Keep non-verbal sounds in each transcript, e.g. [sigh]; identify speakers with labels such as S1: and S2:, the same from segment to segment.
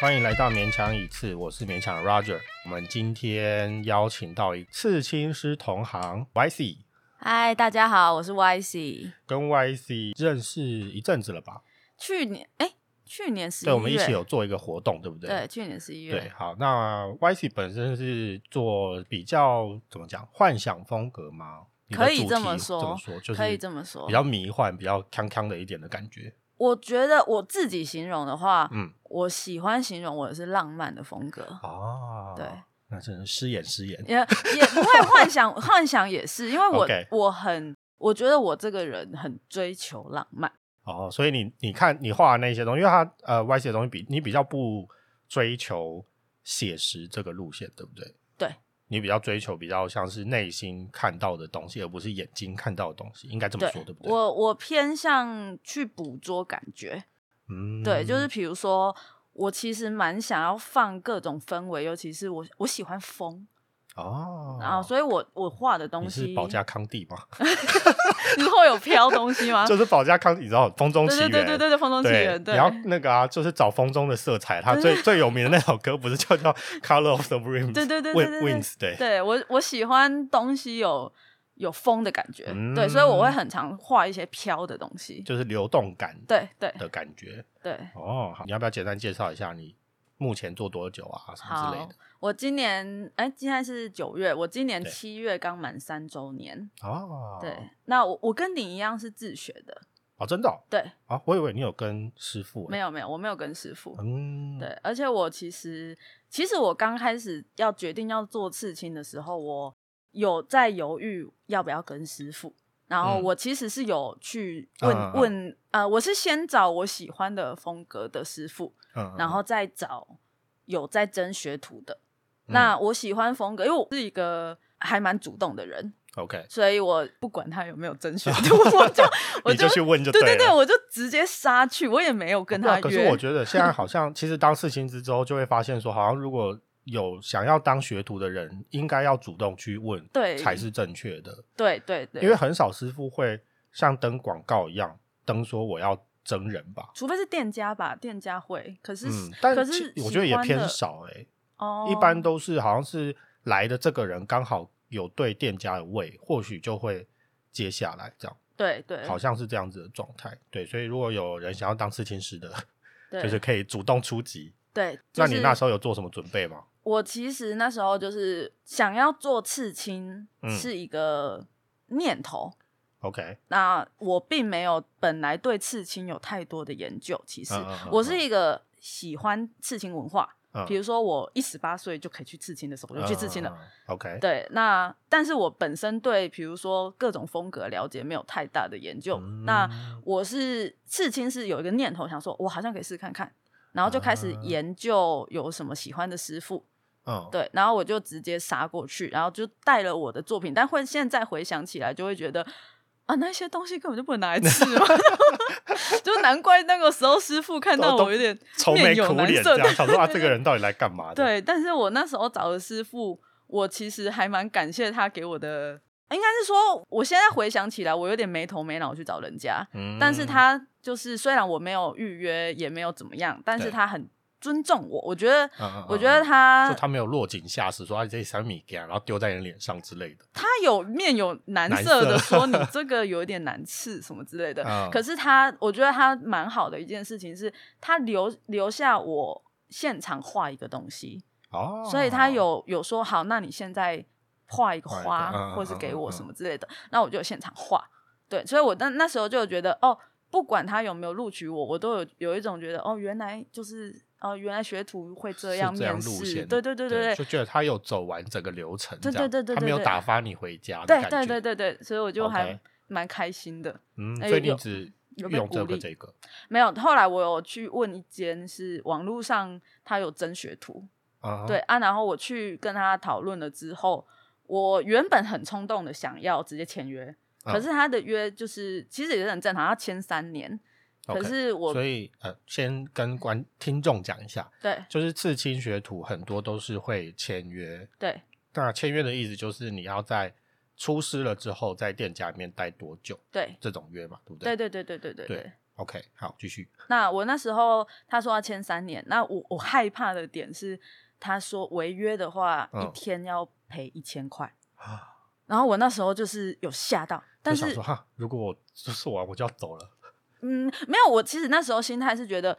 S1: 欢迎来到勉强一次，我是勉强 Roger。我们今天邀请到一刺青师同行 YC，
S2: 嗨，大家好，我是 YC。
S1: 跟 YC 认识一阵子了吧？
S2: 去年哎、去年十一
S1: 对，
S2: 月，
S1: 我们一起有做一个活动，对不对？
S2: 对，去年十一
S1: 对，
S2: 月，
S1: 好，那 YC 本身是做比较怎么讲幻想风格吗？你的
S2: 可以
S1: 主
S2: 这
S1: 题
S2: 么
S1: 说，
S2: 说
S1: 这么说就是
S2: 可以这么说
S1: 比较迷幻、比较康康的一点的感觉。
S2: 我觉得我自己形容的话，
S1: 嗯，
S2: 我喜欢形容我是浪漫的风格，
S1: 啊，
S2: 对，
S1: 那真是失言失言。
S2: 也也不会
S1: [laughs]
S2: 幻想，幻想也是，因为我
S1: OK
S2: 我很，我觉得我这个人很追求浪漫，
S1: 哦，所以你你看你画的那些东西，因为它呃 Y 写的东西比你比较不追求写实这个路线，对不对？
S2: 对，
S1: 你比较追求比较像是内心看到的东西，而不是眼睛看到的东西，应该这么说，对不对？
S2: 我我偏向去捕捉感觉，
S1: 嗯，
S2: 对，就是比如说。我其实蛮想要放各种氛围，尤其是我我喜欢风，
S1: 哦，
S2: 然后所以我我画的东
S1: 你
S2: 西
S1: 是保加康帝吗？ [laughs]
S2: [laughs] 你是会有飘东西吗？
S1: 就是保加康帝，你知道《风中
S2: 啊对
S1: 奇
S2: 对
S1: 缘》
S2: 对对对对，风中奇缘，对
S1: 你，要那个啊，就是找风中的色彩。它最最有名的那首歌不是就叫《Color of the Wind》？
S2: 对对对对对
S1: Win-
S2: 对
S1: ，Winds 对。
S2: 对我我喜欢东西有有风的感觉，
S1: 嗯
S2: 对，所以我会很常画一些飘的东西，
S1: 就是流动感
S2: 对对
S1: 的感觉。
S2: 对。
S1: 哦，好，你要不要简单介绍一下你目前做多久啊，什么之类
S2: 好
S1: 的？，
S2: 我今年哎，今天是九月，我今年
S1: 对
S2: 七月刚满三周年。
S1: 哦，
S2: 对，，那我我跟你一样是自学的，
S1: 哦，真的哦
S2: 对，
S1: 啊，我以为你有跟师傅欸，
S2: 没
S1: 有，
S2: 有没有，我没有跟师傅。
S1: 嗯，
S2: 对，而且我其实其实我刚开始要决定要做刺青的时候，我有在犹豫要不要跟师傅。然后
S1: 嗯
S2: 我其实是有去问、
S1: 啊啊啊
S2: 问，呃，我是先找我喜欢的风格的师傅，
S1: 嗯，嗯
S2: 然后再找有在争学徒的。
S1: 嗯
S2: 那我喜欢风格，因为我是一个还蛮主动的人，
S1: OK，
S2: 所以我不管他有没有争学徒，我就我
S1: 啊 [laughs] 你就去问就
S2: 对
S1: 对
S2: 对，
S1: 了
S2: 我就直接杀去，我也没有跟
S1: 对啊
S2: 他约。
S1: 可是我觉得现在好像，其实当事情之后，就会发现说，好像如果有想要当学徒的人，应该要主动去问，
S2: 对
S1: 才是正确的，
S2: 对对对，
S1: 因为很少师傅会像登广告一样登说我要真人吧。
S2: 除非是店家吧，店家会。可是，
S1: 嗯，但
S2: 可
S1: 其
S2: 是
S1: 我觉得也
S2: 喜欢的
S1: 偏少哎、
S2: 哦，
S1: 一般都是好像是来的这个人刚好有对店家有味，或许就会接下来这样，
S2: 对对，
S1: 好像是这样子的状态。对，所以如果有人想要当刺青师的，
S2: 对
S1: 就是可以主动出击。
S2: 对。
S1: 那你那时
S2: 候，
S1: 候有做什么准备吗？
S2: 我其实那时候就是想要做刺青，
S1: 嗯
S2: 是一个念头。
S1: OK，
S2: 那我并没有本来对刺青有太多的研究，其实
S1: 嗯嗯嗯
S2: 我是一个喜欢刺青文化，
S1: 嗯，
S2: 比如说我一十八岁就可以去刺青的时候，我就去刺青了。
S1: 嗯。嗯嗯 OK，
S2: 对，那但是我本身对比如说各种风格了解没有太大的研究，
S1: 嗯
S2: 那我是刺青是有一个念头，想说我好像可以试看看，然后就开始
S1: 啊
S2: 研究有什么喜欢的师傅，
S1: 嗯，
S2: 对，然后我就直接杀过去，然后就带了我的作品，但会现在回想起来就会觉得。啊，那些东西根本就不能拿来吃嘛， [laughs] 就难怪那个时候师傅看到
S1: 都
S2: 我有点
S1: 愁眉
S2: 面有
S1: 苦
S2: 难
S1: 脸
S2: 色，
S1: 这样，想说
S2: [laughs]
S1: 啊，这个人到底来干嘛的？，
S2: 对，但是我那时候找的师傅，我其实还蛮感谢他给我的，应该是说，我现在回想起来，我有点没头没脑去找人家，
S1: 嗯
S2: 但是他就是虽然我没有预约，也没有怎么样，但是
S1: 对
S2: 他很尊重我，我觉得，
S1: 嗯，嗯嗯
S2: 我觉得
S1: 嗯
S2: 他
S1: 就他没有落井下石，说啊，你这三米给啊，然后丢在你脸上之类的。
S2: 他有面有难
S1: 难
S2: 色的
S1: 色 [laughs]
S2: 说你这个有一点难吃什么之类的，
S1: 嗯
S2: 可是他，我觉得他蛮好的一件事情是，他留留下我现场画一个东西，
S1: 哦，
S2: 所以他有有说好，那你现在画一个
S1: 画一个
S2: 花，
S1: 嗯嗯
S2: 或是
S1: 嗯
S2: 给
S1: 嗯
S2: 我
S1: 嗯
S2: 什么之类的，那我就现场画。对，所以我那那时候就觉得，哦，不管他有没有录取我，我都有有一种觉得，哦，原来就是，哦，原来学徒会这
S1: 是
S2: 样
S1: 这样
S2: 面
S1: 路
S2: 试，
S1: 线，
S2: 对对对对
S1: 就
S2: 对，
S1: 觉得他有走完整个流程这
S2: 对
S1: 样，
S2: 对对对
S1: 他没有
S2: 对对
S1: 打发你回家的
S2: 对
S1: 感
S2: 对
S1: 觉
S2: 对对对，所以我就
S1: OK
S2: 还蛮开心的。
S1: 嗯，
S2: 哎
S1: 所以你
S2: 有
S1: 只
S2: 有被
S1: 用这
S2: 鼓
S1: 个
S2: 励
S1: 这个，
S2: 没有，后来我有去问一间是网络上他有真学徒，
S1: 啊，
S2: 对，啊，然后我去跟他讨论了之后，我原本很冲动的想要直接签约，
S1: 嗯
S2: 可是他的约就是其实也是很正常，他签三年，
S1: OK，
S2: 可是我
S1: 所以呃，先跟观听众讲一下，
S2: 对
S1: 就是刺青学徒很多都是会签约，
S2: 对
S1: 那签约的意思就是你要在出师了之后，在店家里面待多久
S2: 对
S1: 这种约嘛，对不对？
S2: 对对对对对对对
S1: OK，好，继续。
S2: 那我那时候他说要签三年，那我我害怕的点是，他说违约的话、
S1: 嗯啊
S2: 一天要赔一千块，然后我那时候就是有吓到，但
S1: 就想
S2: 是
S1: 说哈，如果我做完我就要走了，
S2: 嗯，没有，我其实那时候心态是觉得，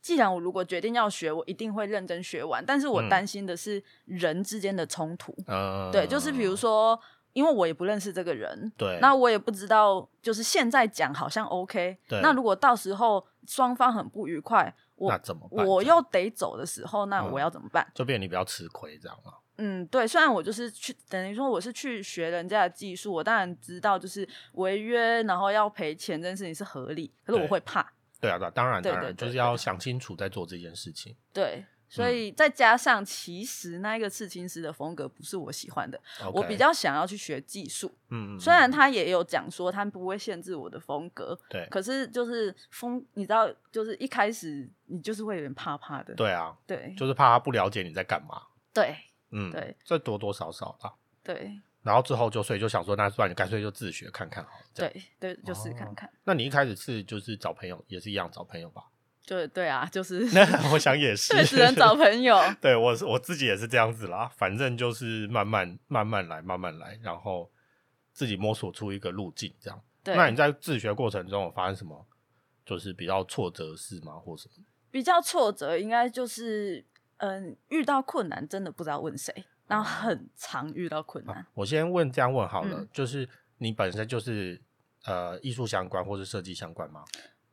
S2: 既然我如果决定要学，我一定会认真学完，但是我
S1: 嗯
S2: 担心的是人之间的冲突，
S1: 嗯，
S2: 对，就是比如，说，因为我也不认识这个人，
S1: 对，
S2: 那我也不知道，就是现在讲好像 OK，
S1: 对
S2: 那如果到时候双方很不愉快，
S1: 那
S2: 我
S1: 怎么办？
S2: 我
S1: 这样
S2: 又得走的时候，那
S1: 嗯
S2: 我要怎么办？
S1: 就变你比较吃亏这样了。
S2: 嗯对，虽然我就是去等于说我是去学人家的技术，我当然知道就是违约，然后要赔钱这件事情是合理，可是我
S1: 对
S2: 会怕，
S1: 对啊，对啊，当然，
S2: 对
S1: 当然，
S2: 对对
S1: 就是要想清楚再做这件事情。
S2: 对。所
S1: 嗯
S2: 以再加上，其实那一个刺青师的风格不是我喜欢的
S1: OK，
S2: 我比较想要去学技术。
S1: 嗯，嗯
S2: 虽然他也有讲说他不会限制我的风格，
S1: 对
S2: 可是就是风，你知道，就是一开始你就是会有点怕怕的，
S1: 对啊，
S2: 对
S1: 就是怕他不了解你在干嘛。
S2: 对
S1: 嗯，
S2: 对，
S1: 这多多少少啦。
S2: 对
S1: 然后之后就所以就想说，那不然你干脆就自学看看好了。这样，哦
S2: 对对，就试看看，
S1: 那你一开始是就是找朋友，也是一样找朋友
S2: [laughs]
S1: 吧？ [laughs]
S2: 就对啊，就是
S1: 那
S2: [laughs]
S1: 我想也是，
S2: 对，只能找朋友，
S1: [laughs] 对我是我自己也是这样子啦，反正就是慢慢慢慢来，慢慢来，然后自己摸索出一个路径这样。 [laughs] 那你
S2: 对，
S1: 在自学过程中有发生什么就是比较挫折的事吗，或什么？
S2: 比较挫折应该就是嗯，遇到困难真的不知道问谁，然
S1: 哦
S2: 后很常遇到困难
S1: 啊，我先问这样问好了，
S2: 嗯
S1: 就是你本身就是呃艺术相关或是设计相关吗？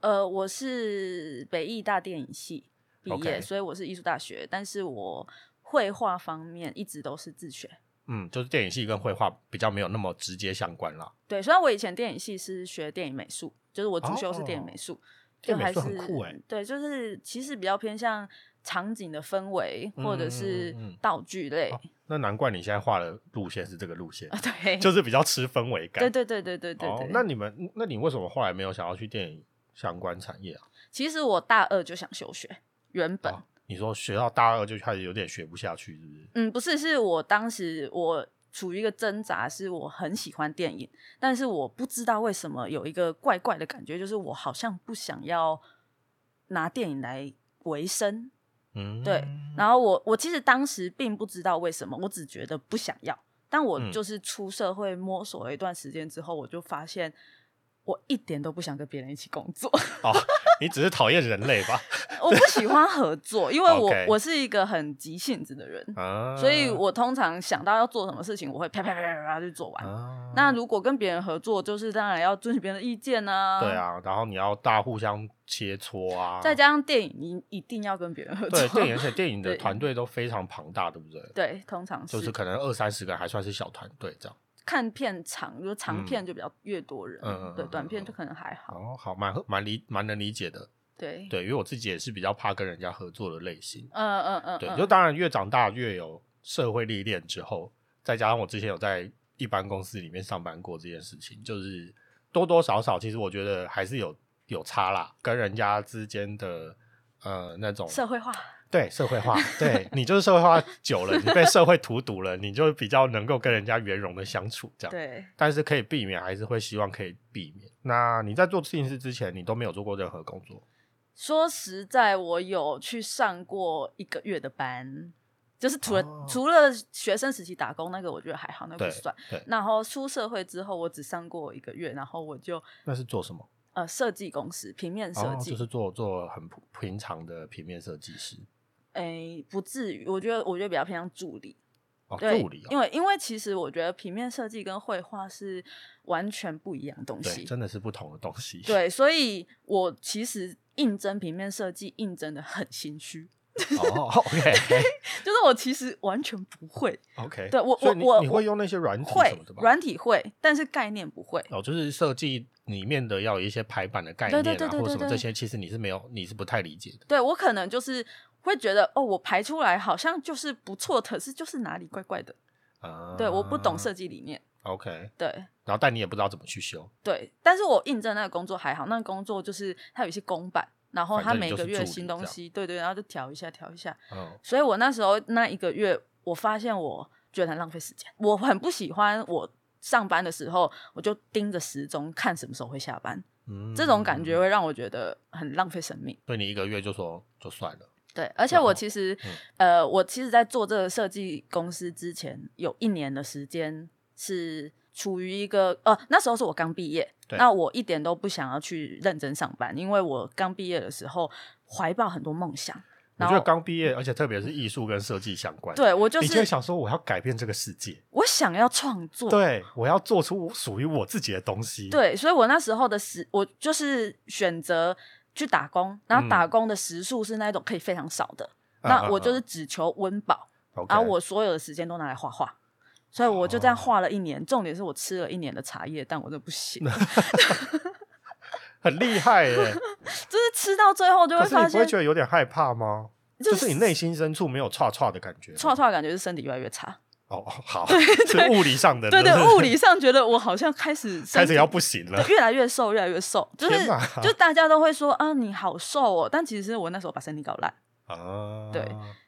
S2: 呃，我是北艺大电影系毕业
S1: OK
S2: 所以我是艺术大学，但是我绘画方面一直都是自学。
S1: 嗯，就是电影系跟绘画比较没有那么直接相关啦。
S2: 对，虽然我以前电影系是学电影美术，就是我主修是电影美术，就
S1: 哦电影
S2: 还
S1: 美
S2: 是
S1: 术很酷欸
S2: 对，就是其实比较偏向场景的氛围或者是
S1: 嗯嗯嗯嗯
S2: 道具类，
S1: 哦那难怪你现在画的路线是这个路线，
S2: 啊 [laughs] 对，
S1: 哦就是比较吃氛围感。
S2: 对对对对对对对。
S1: 哦，那你们那你为什么后来没有想要去电影相关产业啊？
S2: 其实我大二就想休学，原本、
S1: 哦你说学到大二就开始有点学不下去，是不是？
S2: 嗯，不是，是我当时我处于一个挣扎，是我很喜欢电影，但是我不知道为什么有一个怪怪的感觉，就是我好像不想要拿电影来维生。
S1: 嗯，
S2: 对然后我我其实当时并不知道为什么，我只觉得不想要。但我
S1: 嗯
S2: 就是出社会摸索了一段时间之后，我就发现我一点都不想跟别人一起工作。 [laughs]
S1: 哦，你只是讨厌人类吧？
S2: 我不喜欢合作，因为我
S1: OK
S2: 我是一个很急性子的人，
S1: 啊，
S2: [laughs] 所以我通常想到要做什么事情，我会啪啪啪啪啪就做完。
S1: 啊，
S2: 那如果跟别人合作，就是当然要遵循别人的意见啊。
S1: 对，啊，然后你要大家互相切磋啊，
S2: 再加上电影，你一定要跟别 [laughs] 人合作。
S1: 对电影，而且电影的
S2: 对
S1: 团队都非常庞大，对不对？
S2: 对通常
S1: 就是
S2: 是
S1: 可能二三十个人还算是小团队这样。
S2: 看片长，就是长片就比较越多人，
S1: 嗯嗯嗯嗯
S2: 对
S1: 嗯
S2: 短片就可能还好。
S1: 哦，好，蛮蛮理蛮能理解的。
S2: 对，
S1: 对，因为我自己也是比较怕跟人家合作的类型。
S2: 嗯嗯嗯，
S1: 对，
S2: 嗯
S1: 就当然越长大越有社会历练之后，再加上我之前有在一般公司里面上班过这件事情，就是多多少少，其实我觉得还是有有差啦，跟人家之间的呃那种
S2: 社会化。
S1: 对社会
S2: [laughs]
S1: 化，对你就是社会化久了，你被社会荼毒了，你就比较能够跟人家圆融的相处这样。
S2: 对，
S1: 但是可以避免，还是会希望可以避免。那你在做摄影师之前，你都没有做过任何工作，
S2: 说实在，我有去上过一个月的班，就是除了、
S1: 哦
S2: 除了学生时期打工那个，我觉得还好，那个
S1: 对
S2: 呃不算。
S1: 对，
S2: 然后出社会之后，我只上过一个月，然后我就
S1: 那是做什么？
S2: 呃设计公司平面设
S1: 哦，
S2: 计，
S1: 就是做做很普平常的平面设计师
S2: 诶、不至于，我觉得我觉得比较偏向助理，
S1: 哦，
S2: 对，
S1: 助理
S2: 因
S1: 哦，
S2: 为因为其实我觉得平面设计跟绘画是完全不一样的东
S1: 对，
S2: 西，
S1: 真的是不同的东西。，
S2: 对，所以我其实应征平面设计应征的很心虚，
S1: [laughs]
S2: [laughs]
S1: 哦，OK
S2: 就是我其实完全不会，
S1: OK，
S2: 对我
S1: 所以你
S2: 我我
S1: 你会用那些软体什
S2: 会
S1: 么的吧？
S2: 软体会，但是概念不会，
S1: 哦，就是设计里面的要有一些排版的概
S2: 对
S1: 念
S2: 对
S1: 啊，
S2: 对对
S1: 或者什
S2: 对
S1: 么
S2: 对
S1: 这些，其实你是没有，你是不太理解的。
S2: 对我可能就是。会觉得哦，我排出来好像就是不错，可是就是哪里怪怪的。
S1: 啊，
S2: 对，我不懂设计理念。
S1: OK，
S2: 对
S1: 然后但你也不知道怎么去修，
S2: 对，但是我应征那个工作还好，那个工作就是它有一些公版，然后
S1: 反
S2: 它
S1: 正你
S2: 每
S1: 就
S2: 个
S1: 是
S2: 月
S1: 助
S2: 新
S1: 理
S2: 东
S1: 这样
S2: 西，对对，然后就调一下调一下。
S1: 嗯，
S2: 所以我那时候那一个月，我发现我觉得很浪费时间，我很不喜欢我上班的时候，我就盯着时钟看什么时候会下班，
S1: 嗯
S2: 这种感觉会让我觉得很浪费生命。
S1: 对你一个月就说就算了，
S2: 对，而且
S1: 然
S2: 我
S1: 后
S2: 其实，
S1: 嗯
S2: 呃，我其实，在做这个设计公司之前，有一年的时间是处于一个呃，那时候是我刚毕业，
S1: 对
S2: 那我一点都不想要去认真上班，因为我刚毕业的时候怀抱很多梦想，
S1: 我
S2: 然
S1: 觉得
S2: 后
S1: 刚毕业，而且特别是艺术跟设计相关，，
S2: 对我就
S1: 你就会
S2: 是
S1: 想说我要改变这个世界，
S2: 我想要创作，
S1: 对我要做出属于我自己的东西，，
S2: 对，所以我那时候的时，我就是选择去打工，然后
S1: 嗯
S2: 打工的时数是那种可以非常少的，那我就是只求温饱。然后我所有的时间都拿来画画，所以我就这样
S1: 哦
S2: 画了一年。重点是我吃了一年的茶叶蛋，我真的不行，
S1: 很厉害耶、
S2: [laughs] 就是吃到最后就
S1: 可
S2: 会
S1: 是你
S2: 发
S1: 不
S2: 现
S1: 会，觉得有点害怕吗？就是你内心深处没有歘歘的感觉吗，
S2: 串串感觉是身体越来越差。
S1: 哦，好，是物理上的，
S2: [laughs] 对
S1: 对
S2: 对
S1: 不，
S2: 物理上觉得我好像开始
S1: [laughs]
S2: 身
S1: 开始
S2: 体
S1: 要不行了
S2: 对，越来越瘦，越来越瘦，就是
S1: 天哪
S2: 就大家都会说啊你好瘦哦，但其实我那时候把身体搞烂。
S1: 啊，
S2: 对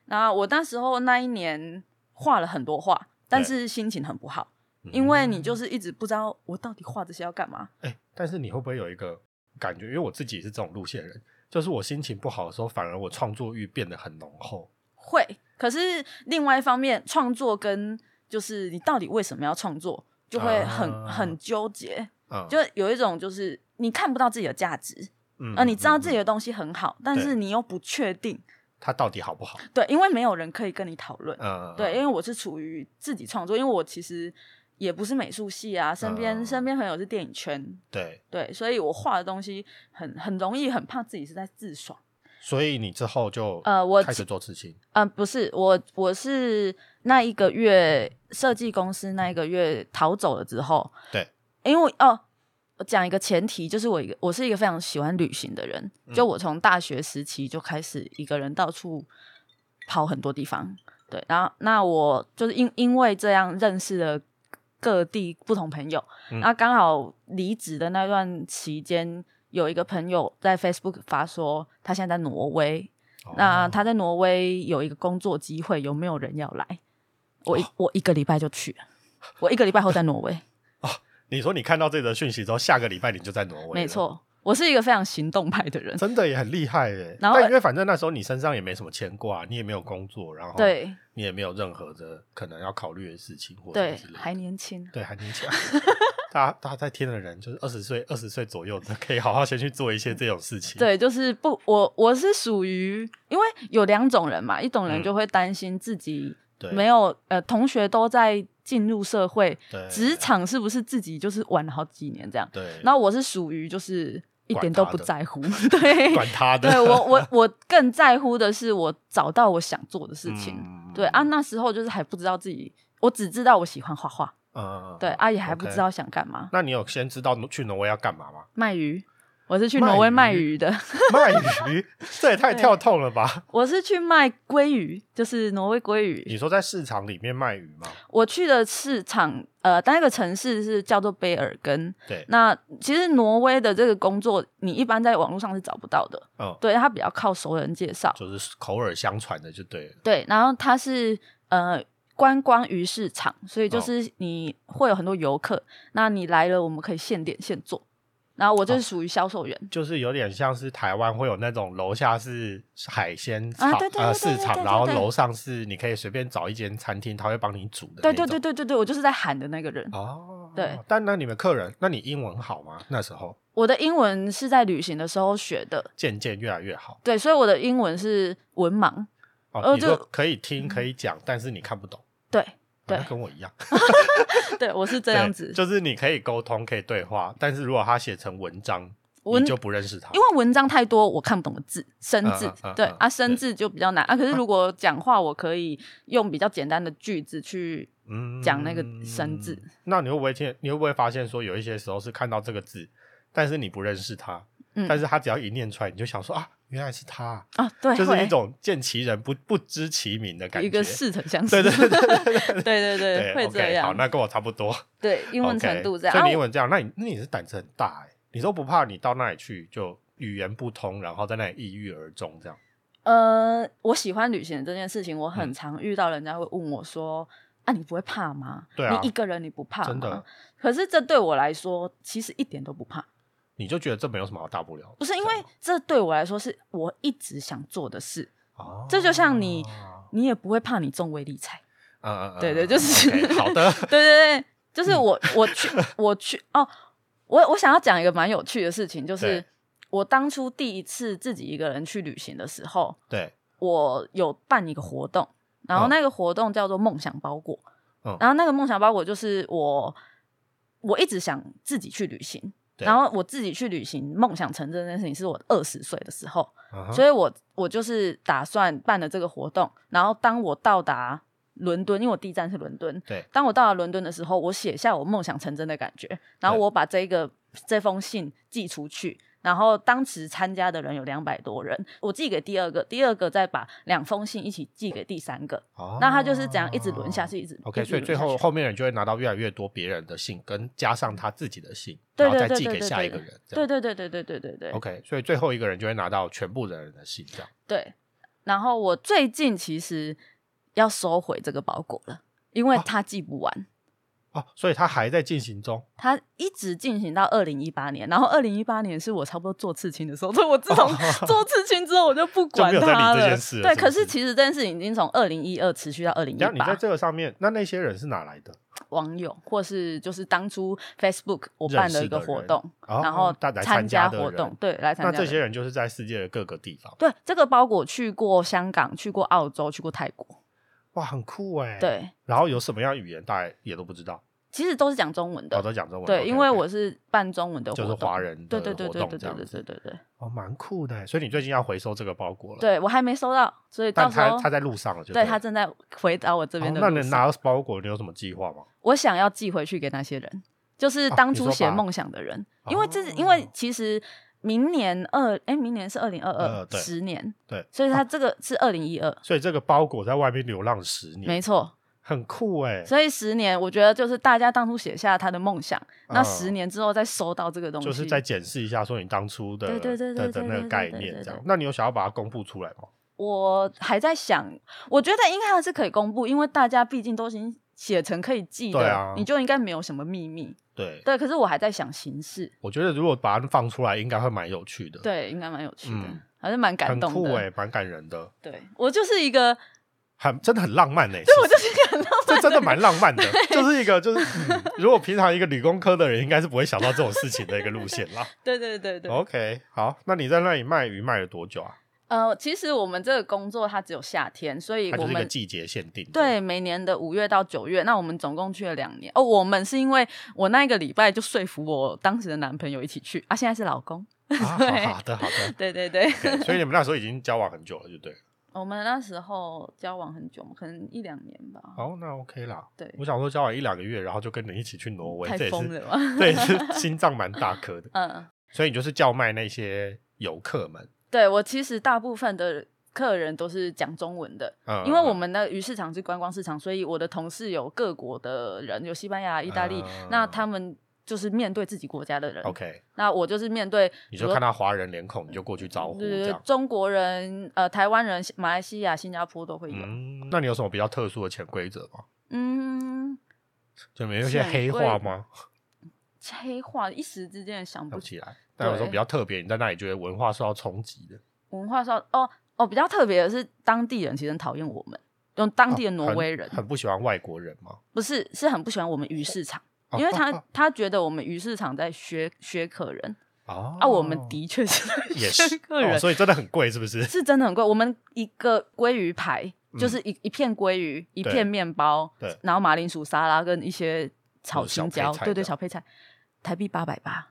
S2: 那我那时候那一年画了很多画，但
S1: 对
S2: 是心情很不好，
S1: 嗯，
S2: 因为你就是一直不知道我到底画这些要干嘛。
S1: 哎、但是你会不会有一个感觉？因为我自己是这种路线人，就是我心情不好的时候，反而我创作欲变得很浓厚。
S2: 会，可是另外一方面，创作跟就是你到底为什么要创作，就会很、
S1: 啊
S2: 很纠结，
S1: 嗯，
S2: 就有一种就是你看不到自己的价值，
S1: 嗯
S2: 呃，你知道自
S1: 嗯嗯
S2: 己的东西很好，但是你又不确定，
S1: 它到底好不好？
S2: 对，因为没有人可以跟你讨论，
S1: 嗯，
S2: 对，因
S1: 嗯，
S2: 为我是处于自己创作，因为我其实也不是美术系啊，身边、
S1: 嗯
S2: 身边朋友是电影圈，
S1: 对，
S2: 对，所以我画的东西很很容易很怕自己是在自爽。
S1: 所以你之后就
S2: 呃我
S1: 开始做刺青，
S2: 嗯，不是我，我是那一个月设计公司那一个月逃走了之后，
S1: 对，
S2: 因为哦，我讲一个前提，就是我一个我是一个非常喜欢旅行的人，
S1: 嗯
S2: 就我从大学时期就开始一个人到处跑很多地方，对，然后那我就是因因为这样认识了各地不同朋友，
S1: 嗯
S2: 那刚好离职的那段期间。有一个朋友在 Facebook 发说，他现在在挪威，那
S1: 哦
S2: 他在挪威有一个工作机会，有没有人要来？我一、
S1: 哦
S2: 我一个礼拜就去了，我一个礼拜后在
S1: [laughs]
S2: 挪威。
S1: 你说你看到这则讯息之后，下个礼拜你就在挪威，
S2: 没，错，我是一个非常行动派
S1: [laughs]
S2: 的人。
S1: 真的也很厉害耶。
S2: 然后
S1: 但因为反正那时候你身上也没什么牵挂，你也没有工作，然后
S2: 对
S1: 你也没有任何的可能要考虑的事情或者
S2: 对
S1: 之类，的
S2: 还年轻。
S1: 对，还年轻。 [laughs] 大家大家在听的人就是二十岁、二十岁左右的，可以好好先去做一些这种事情。，
S2: 对，就是不，我我是属于，因为有两种人嘛，一种人
S1: 嗯
S2: 就会担心自己
S1: 对
S2: 没有，呃，同学都在进入社会，
S1: 对
S2: 职场是不是自己就是玩了好几年这样？
S1: 对，
S2: 然后我是属于就是一
S1: 管
S2: 点都
S1: 他
S2: 不
S1: 的
S2: 在乎， [laughs] 对，
S1: 管他的，
S2: 对我我我更在乎的是我找到我想做的事情。
S1: 嗯
S2: 对啊，，那时候就是还不知道自己，我只知道我喜欢画画，
S1: 嗯，
S2: 对啊，也还不
S1: OK
S2: 知。道想干嘛。
S1: 那你有先知道去挪威要干嘛吗？
S2: 卖鱼，我是去挪威
S1: 卖
S2: 卖
S1: 鱼
S2: 鱼的， [laughs]
S1: 卖鱼，这也太
S2: 对
S1: 跳痛了吧？
S2: 我是去卖鲑鱼，就是挪威鲑鱼。
S1: 你说在市场里面卖鱼吗？
S2: 我去的市场，呃，那个城市是叫做卑尔根。
S1: 对，
S2: 那其实挪威的这个工作，你一般在网络上是找不到的，
S1: 嗯，
S2: 对，它比较靠熟人介绍。
S1: 就是口耳相传的就对了。
S2: 对，然后它是呃观光鱼市场，所以就
S1: 哦
S2: 是你会有很多游客，那你来了，我们可以现点现做。然后我
S1: 哦
S2: 就是属于销售员，
S1: 就是有点像是台湾会有那种楼下是海鲜场、
S2: 啊对对
S1: 呃
S2: 对对
S1: 市
S2: 对
S1: 场，
S2: 对
S1: 然后
S2: 对对
S1: 楼上是你可以随便找一间餐厅，他会帮你煮的。
S2: 对对对。对对对，我就是在喊的那个人。
S1: 哦，
S2: 对。
S1: 但那你们客人，那你英文好吗？那时候
S2: 我的英文是在旅行的时候学的，
S1: 渐渐越来越好。
S2: 对，所以我的英文是文盲，
S1: 哦，
S2: 呃
S1: 你说
S2: 就
S1: 可以听可以讲，但是你看不懂。
S2: 对 [laughs]
S1: 好
S2: 对
S1: 像跟我一样，
S2: 对，我是这
S1: 这
S2: 样子。
S1: 就是你可以沟通，可以对话，但是如果他写成文章，
S2: 文
S1: 你就不认识他，
S2: 因为文章太多，我看不懂的字，生
S1: 嗯
S2: 字，
S1: 嗯嗯
S2: 对
S1: 嗯
S2: 啊，
S1: 嗯
S2: 生字就比较难啊。可是如果讲话，我可以用比较简单的句子去
S1: 嗯
S2: 讲那个生字。
S1: 那你会不会听？你会不会发现说，有一些时候是看到这个字，但是你不认识他，
S2: 嗯
S1: 但是他只要一念出来，你就想说啊，原来是他啊，
S2: 啊， [laughs] 对，
S1: 就是一
S2: 会
S1: 种见其人不不知其名的感觉。
S2: 一个
S1: [laughs]
S2: 似曾相
S1: 对
S2: 识，
S1: 对对对对
S2: 对 [laughs] 对对， [laughs] 会
S1: o
S2: 这
S1: k 好，
S2: 样，
S1: 那跟我差不多。
S2: 对英文程度这样。
S1: o k 所以
S2: 啊
S1: 你英文这样，那你那你是胆子很大哎、你都不怕你到那里去就语言不通，然后在那里抑郁而终这样。
S2: 呃，我喜欢旅行这件事情，
S1: 嗯
S2: 我很常遇到人家会问我说：“啊，你不会怕吗？
S1: 对啊
S2: 你一个人你不怕吗？”
S1: 真的
S2: 可是这对我来说，其实一点都不怕。
S1: 你就觉得这没有什么好大不了的。
S2: 不是
S1: 这
S2: 因
S1: 样
S2: 为这对我来说是我一直想做的事，
S1: 哦
S2: 这就像你
S1: 啊
S2: 你也不会怕你中微理财。
S1: 嗯嗯嗯，
S2: 对对
S1: 嗯
S2: 就是
S1: OK，好的，
S2: 对对对，就是我
S1: 嗯
S2: 我去我去哦，我我想要讲一个蛮有趣的事情，就是
S1: 对
S2: 我当初第一次自己一个人去旅行的时候，
S1: 对，
S2: 我有办一个活动，然后
S1: 嗯
S2: 那个活动叫做梦想包裹，
S1: 嗯
S2: 然后那个梦想包裹就是我我一直想自己去旅行，
S1: 对
S2: 然后我自己去旅行梦想成真这件事情是我二十岁的时候，
S1: 嗯哼
S2: 所以我我就是打算办了这个活动，然后当我到达伦敦，因为我第一站是伦敦，
S1: 对，
S2: 当我到了伦敦的时候，我写下我梦想成真的感觉，然后
S1: 对
S2: 我把这个这封信寄出去，然后当时参加的人有两百多人，我寄给第二个，第二个再把两封信一起寄给第三个，
S1: 哦
S2: 那他就是这样一直轮下。去，一直
S1: OK，
S2: 一直
S1: 所以
S2: 轮
S1: 最
S2: 下
S1: 后
S2: 去
S1: 后面人就会拿到越来越多别人的信，跟加上他自己的信，
S2: 对
S1: 然后再
S2: 对对
S1: 寄
S2: 对
S1: 给
S2: 对
S1: 下
S2: 对
S1: 一个
S2: 对
S1: 人。这
S2: 对
S1: 样
S2: 对对对对对对对
S1: OK，所以最后一个人就会拿到全部的人的信，这样。
S2: 对。然后我最近其实要收回这个包裹了，因为
S1: 哦
S2: 他寄不完。
S1: 哦，所以他还在进行中。
S2: 它一直进行到二零一八年，然后二零一八年是我差不多做刺青的时候，所以我自从做刺青之后，我就不管
S1: 哦就没有在
S2: 它
S1: 理这
S2: 了。
S1: 件事了
S2: 对，
S1: 是不
S2: 可
S1: 是
S2: 是其实这件事情已经从二零一二持续到二零一
S1: 然后你在
S2: 八，
S1: 这个上面，那那些人是哪来的？
S2: 网友或是就是当初 Facebook 我
S1: 认
S2: 办
S1: 识
S2: 了一个
S1: 的
S2: 活
S1: 人
S2: 动，
S1: 哦
S2: 然后
S1: 大来参
S2: 参
S1: 加的
S2: 活
S1: 人
S2: 动，对，来参
S1: 那
S2: 加
S1: 这
S2: 的
S1: 些人就是在世界的各个地方。
S2: 对这个包裹去过香港，去过澳洲，去过泰国，
S1: 哇，很酷哎。。
S2: 对，
S1: 然后有什么样语言，大家也都不知道，
S2: 其实都是讲中文的
S1: 我，哦都讲中文。
S2: 对，
S1: OK，
S2: 因为
S1: OK
S2: 我是办中文的活
S1: 就
S2: 动，
S1: 是华人
S2: 对
S1: 的
S2: 对对
S1: 活
S2: 对对
S1: 动
S2: 对
S1: 这
S2: 对
S1: 样
S2: 对对
S1: 子。
S2: 对对，
S1: 哦，蛮酷的耶。所以你最近要回收这个包裹了。。
S2: 对我还没收到，所以到
S1: 但
S2: 时候
S1: 他他在路上了，就
S2: 对
S1: 了
S2: 他正在回到我这边
S1: 哦
S2: 的
S1: 那
S2: 路
S1: 你
S2: 上
S1: 拿到包裹，你有什么计划吗？
S2: 我想要寄回去给那些人，就是
S1: 哦
S2: 当
S1: 你
S2: 初
S1: 说
S2: 写
S1: 把
S2: 梦想的人，因为这是、因
S1: 哦
S2: 为其实明年二哎，明年是二零二
S1: 呃
S2: 二
S1: 对哦
S2: 十年，
S1: 对，
S2: 所以他这个是二零一二，
S1: 所以这个包裹在外面流浪十年，
S2: 没错。
S1: 很酷哎、
S2: 所以十年，我觉得就是大家当初写下他的梦想，那
S1: 嗯
S2: 十年之后再收到这个东西，
S1: 就是再检视一下，说你当初的
S2: 对对对
S1: 的
S2: 对
S1: 的
S2: 对
S1: 那个
S2: 对
S1: 概
S2: 对
S1: 念
S2: 对
S1: 这样
S2: 对。
S1: 那你有想要把它公布出来吗？
S2: 我还在想，我觉得应该还是可以公布，因为大家毕竟都已经写成可以记
S1: 对
S2: 的，
S1: 啊
S2: 你就应该没有什么秘密。
S1: 对，
S2: 对，可是我还在想形式，
S1: 我觉得如果把它放出来，应该会蛮有趣的，，
S2: 对，应该蛮有趣的，
S1: 嗯
S2: 还是蛮感
S1: 很
S2: 动的。
S1: 酷哎、蛮感人的，
S2: 对我就是一个， [laughs]
S1: 很真的很浪漫哎、
S2: 对
S1: 其
S2: 我
S1: 实
S2: 就是一个很浪漫
S1: 这
S2: 人，
S1: 真的蛮浪漫的，就是一个就是、嗯如果平常一个理工科的人，应该是不会想到这种事情的一个路线啦。
S2: 对对对对。
S1: OK，好，那你在那里卖鱼卖了多久啊？
S2: 呃，其实我们这个工作它只有夏天，所以
S1: 它
S2: 我
S1: 就是一个
S2: 们。
S1: 季节限定的，
S2: 对，每年的五月到九月，那我们总共去了两年。哦，我们是因为我那一个礼拜就说服我当时的男朋友一起去啊，现在是老公。
S1: 啊，
S2: 对
S1: 好好的好的。
S2: 对对对，
S1: OK，所以你们那时候已经交往很久了，就对了。
S2: 我们那时候交往很久嘛，可能一两年吧。
S1: 哦，那 OK 啦。
S2: 对，
S1: 我想说交往一两个月，然后就跟你一起去挪威，
S2: 太
S1: 这也
S2: 疯
S1: 是
S2: 了吧？
S1: 这也是心脏蛮大颗的。
S2: 嗯，
S1: 所以你就是叫卖那些游客们，
S2: 对我其实大部分的客人都是讲中文的，
S1: 嗯，
S2: 因为我
S1: 嗯
S2: 们的鱼市场是观光市场，所以我的同事有各国的人，有西班牙、意大利，
S1: 啊
S2: 那他们就是面对自己国家的人。
S1: OK，
S2: 那我就是面对，
S1: 你就看到华人脸孔，你就过去招呼
S2: 对
S1: 这
S2: 对对
S1: 样，。
S2: 中国人、呃，台湾人、马来西亚、新加坡都会有。
S1: 嗯，那你有什么比较特殊的潜规则吗？
S2: 嗯，
S1: 就没有一些
S2: 潜
S1: 黑
S2: 规
S1: 话吗？
S2: 黑话一时之间想
S1: 想
S2: 不
S1: 不
S2: 起
S1: 起
S2: [laughs]
S1: 来。但有时候
S2: 对
S1: 比较特别，你在那里觉得文化受到冲击的，
S2: 文化上哦哦，比较特别的是当地人其实很讨厌我们，用当地的
S1: 哦
S2: 挪
S1: 很
S2: 威人，
S1: 很不喜欢外国人吗？
S2: 不是是很不喜欢我们鱼市场，
S1: 哦
S2: 因为他
S1: 哦
S2: 他觉得我们鱼市场在削削客人，
S1: 哦
S2: 啊，我们的确是在
S1: [laughs] 也
S2: 削
S1: 是
S2: 客人
S1: 哦，，所以嗯真的很贵，是不是？ [laughs]
S2: 是真的很贵。我们一个鲑鱼排就是一、一片鲑鱼，一片面包
S1: 对，
S2: 然后马铃薯沙拉跟一些炒青
S1: 哦小
S2: 椒
S1: 配菜，
S2: 对对，
S1: 这样
S2: 小配菜，台币八百
S1: [laughs]
S2: 八，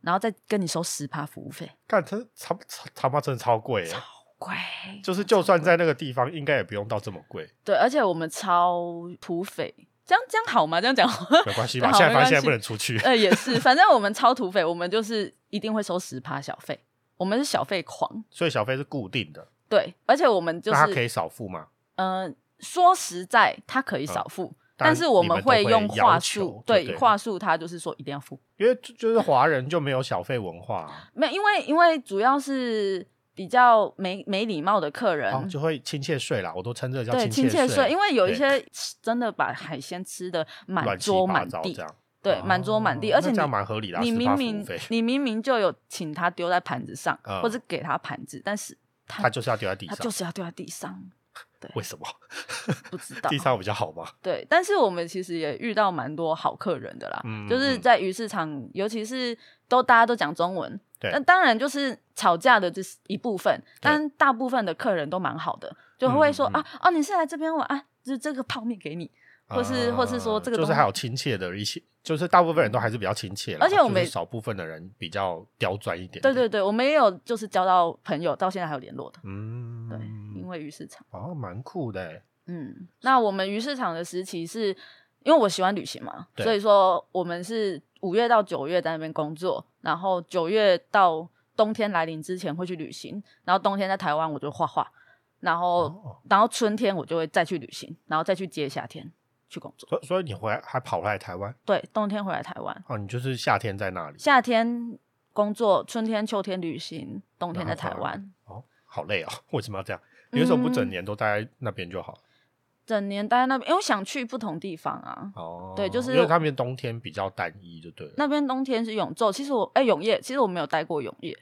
S2: 然后再跟你收十趴服务费，
S1: 干，他他他妈真的超贵耶，
S2: 贵。
S1: 就是就算在那个地方，应该也不用到这么贵，
S2: 对，而且我们超土匪，这样这样好吗？这样讲好吗 [laughs]
S1: 没关系
S2: 对
S1: 吧？
S2: 好
S1: 现在
S2: 没
S1: 发现
S2: 关
S1: 现在不
S2: 系，
S1: 能出去
S2: [laughs] 呃，也是，反正我们超土匪，我们就是一定会收十趴小费，我们是小费狂。
S1: 所以小费是固定的，
S2: 对，而且我们就
S1: 那他可
S2: 是，
S1: 以少付吗？
S2: 嗯、说实在，他可以少付，
S1: 嗯但
S2: 但是我
S1: 你们
S2: 们
S1: 都会
S2: 用
S1: 要
S2: 话
S1: 求
S2: 术，
S1: 就
S2: 对
S1: 对了
S2: 话术，他就是说一定要付，
S1: 因为就就是华人就没有小费文化啊，
S2: 没，因为因为主要是比较没没礼貌的客人，
S1: 哦就会亲切税啦，我都称这个叫
S2: 对亲
S1: 切
S2: 税，因为有一
S1: 对
S2: 些真的把海鲜吃的满
S1: 乱七
S2: 桌
S1: 八
S2: 满
S1: 糟
S2: 地
S1: 这，样，
S2: 对，满桌满地，
S1: 哦
S2: 而且
S1: 那
S2: 你
S1: 这样蛮合理的啊，
S2: 你
S1: 18
S2: 明
S1: 服务
S2: 明
S1: 费
S2: 你明明就有请他丢在盘子上，
S1: 嗯
S2: 或者给他盘子，但是他
S1: 他就是要丢在地
S2: 他
S1: 上，
S2: 就是要丢在地上，
S1: 为什么？
S2: 不知道
S1: 地上比较好吗？
S2: 对，但是我们其实也遇到蛮多好客人的啦，
S1: 嗯
S2: 就是
S1: 嗯
S2: 在鱼市场，尤其是都大家都讲中文，
S1: 对
S2: 那当然就是吵架的这是一部分，但大部分的客人都蛮好的，就会说、
S1: 嗯嗯嗯
S2: 啊哦，你是来这边玩啊，就这个泡面给你，或是或是说这个
S1: 呃就是
S2: 东
S1: 还有亲切的一些，就是大部分人都还是比较亲切啦，
S2: 而且我
S1: 就是
S2: 们
S1: 少部分的人比较刁钻一点点。
S2: 对对对，我们也有就是交到朋友，到现在还有联络的，
S1: 嗯，
S2: 对，因为鱼市场。
S1: 哦，蛮酷的欸，
S2: 嗯，那我们鱼市场的时期是，因为我喜欢旅行嘛，
S1: 对
S2: 所以说我们是五月到九月在那边工作，然后九月到冬天来临之前会去旅行，然后冬天在台湾我就画画，然后、
S1: 哦
S2: 然后春天我就会再去旅行，然后再去接夏天去工作。
S1: 所以所以你回来还跑来台湾
S2: 对，冬天回来台湾，
S1: 哦，你就是夏天在那里
S2: 夏天工作，春天、秋天旅行，冬天在台
S1: 然后回来
S2: 湾，
S1: 哦，好累哦，为什么要这样？你为什么不
S2: 嗯
S1: 整年都待在那边就好？
S2: 整年待在那边，因为我想去不同地方啊。
S1: 哦，
S2: 对就是
S1: 因为他们冬天比较单一，就对了。
S2: 那边冬天是永昼，其实我哎、永夜，其实我没有待过永夜，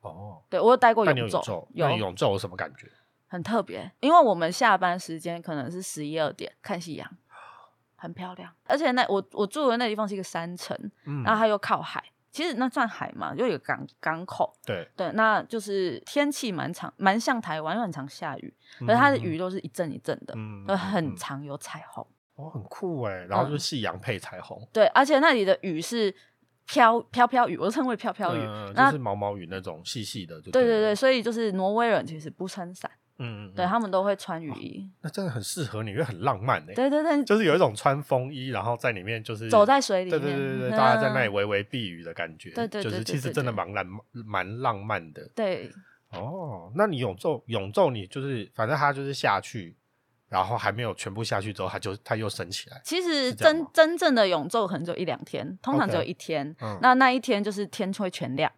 S1: 哦，
S2: 对我有待过
S1: 那你有
S2: 永
S1: 永
S2: 昼
S1: 昼，，那你永昼有什么感觉？
S2: 很特别，因为我们下班时间可能是十一二点看夕阳，很漂亮。而且那我我住的那地方是一个山城，
S1: 嗯
S2: 然后它又靠海，其实那算海嘛，又有港港口，
S1: 对，
S2: 对，那就是天气蛮长，蛮像台湾，因为很常下雨，可是它的
S1: 嗯
S2: 雨都是一阵一阵的，
S1: 嗯
S2: 呃，
S1: 嗯
S2: 很
S1: 嗯
S2: 常有彩虹。
S1: 哦，很酷哎，然后
S2: 嗯
S1: 就是夕阳配彩虹，
S2: 对，而且那里的雨是飘飘飘雨，我称为飘飘雨。
S1: 嗯
S2: 那
S1: 就是毛毛雨那种细细的，就
S2: 对对
S1: 对
S2: 对，
S1: 了，
S2: 所以就是挪威人其实不撑伞，
S1: 嗯，嗯
S2: 对
S1: 嗯
S2: 他们都会穿雨衣。
S1: 那真的很适合你，因为很浪漫哎，
S2: 对对对，
S1: [laughs] 就是有一种穿风衣，然后在里面就是
S2: 走在水里
S1: 对对对
S2: 面
S1: 对对，
S2: 嗯
S1: 大家在那里微微避雨的感觉，
S2: 对对对
S1: 就是
S2: 对
S1: 其实
S2: 对
S1: 真的
S2: 对
S1: 蛮浪蛮浪漫的
S2: 对
S1: 哦。那你永昼永昼，你就是反正他就是下去，然后还没有全部下去之后，他就他又升起来，
S2: 其实
S1: 是这样
S2: 真
S1: 吗
S2: 真正的永昼可能就一两天，通常
S1: OK
S2: 只有一天。
S1: 嗯，
S2: 那那一天就是天会全亮，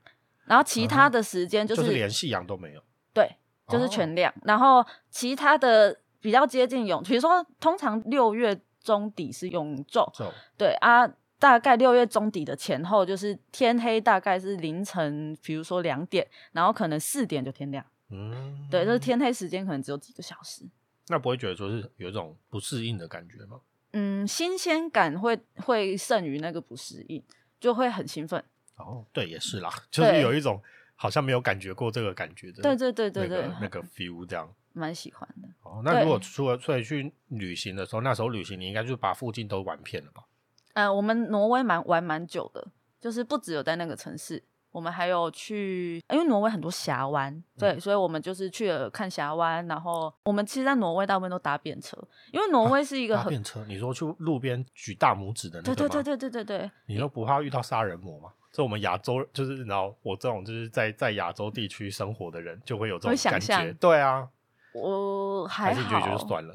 S2: 然后其他的时间就、
S1: 就是是连哦夕阳都没有，
S2: 对，就是全亮。然后其他的比较接近永，比如说通常六月中底是永昼，
S1: 就
S2: 对啊，大概六月中底的前后就是天黑，大概是凌晨，比如说两点，然后可能四点就天亮。
S1: 嗯，
S2: 对，就是。天黑时间可能只有几个小时。
S1: 那不会觉得说是有一种不适应的感觉吗？
S2: 嗯，新鲜感会会胜于那个不适应，就会很兴奋。
S1: 哦，对，也是啦，就是有一种好像没有感觉过这个感觉的，
S2: 对对对
S1: 那
S2: 对对，
S1: 个那个 feel 这样。
S2: 蛮喜欢的。
S1: 哦，那如果
S2: 对
S1: 除了所以去旅行的时候，那时候旅行你应该就是把附近都玩遍了吧？
S2: 呃，我们挪威蛮玩蛮久的，就是不只有在那个城市，我们还有去，因为挪威很多峡湾，对，
S1: 嗯
S2: 所以我们就是去了看峡湾。然后我们其实，在挪威大部分都搭便车，因为挪威是一个
S1: 啊搭
S2: 很、
S1: 便车，你说去路边举大拇指的那个
S2: 对
S1: 吗？
S2: 对对对对对对，
S1: 你都不怕遇到杀人魔吗？这我们亚洲就是，然后我这种就是在在亚洲地区生活的人，就会有这
S2: 会
S1: 种
S2: 想
S1: 感觉。
S2: 象
S1: 对啊，
S2: 我
S1: 还
S2: 还
S1: 是你觉得
S2: 好，
S1: 就是算了，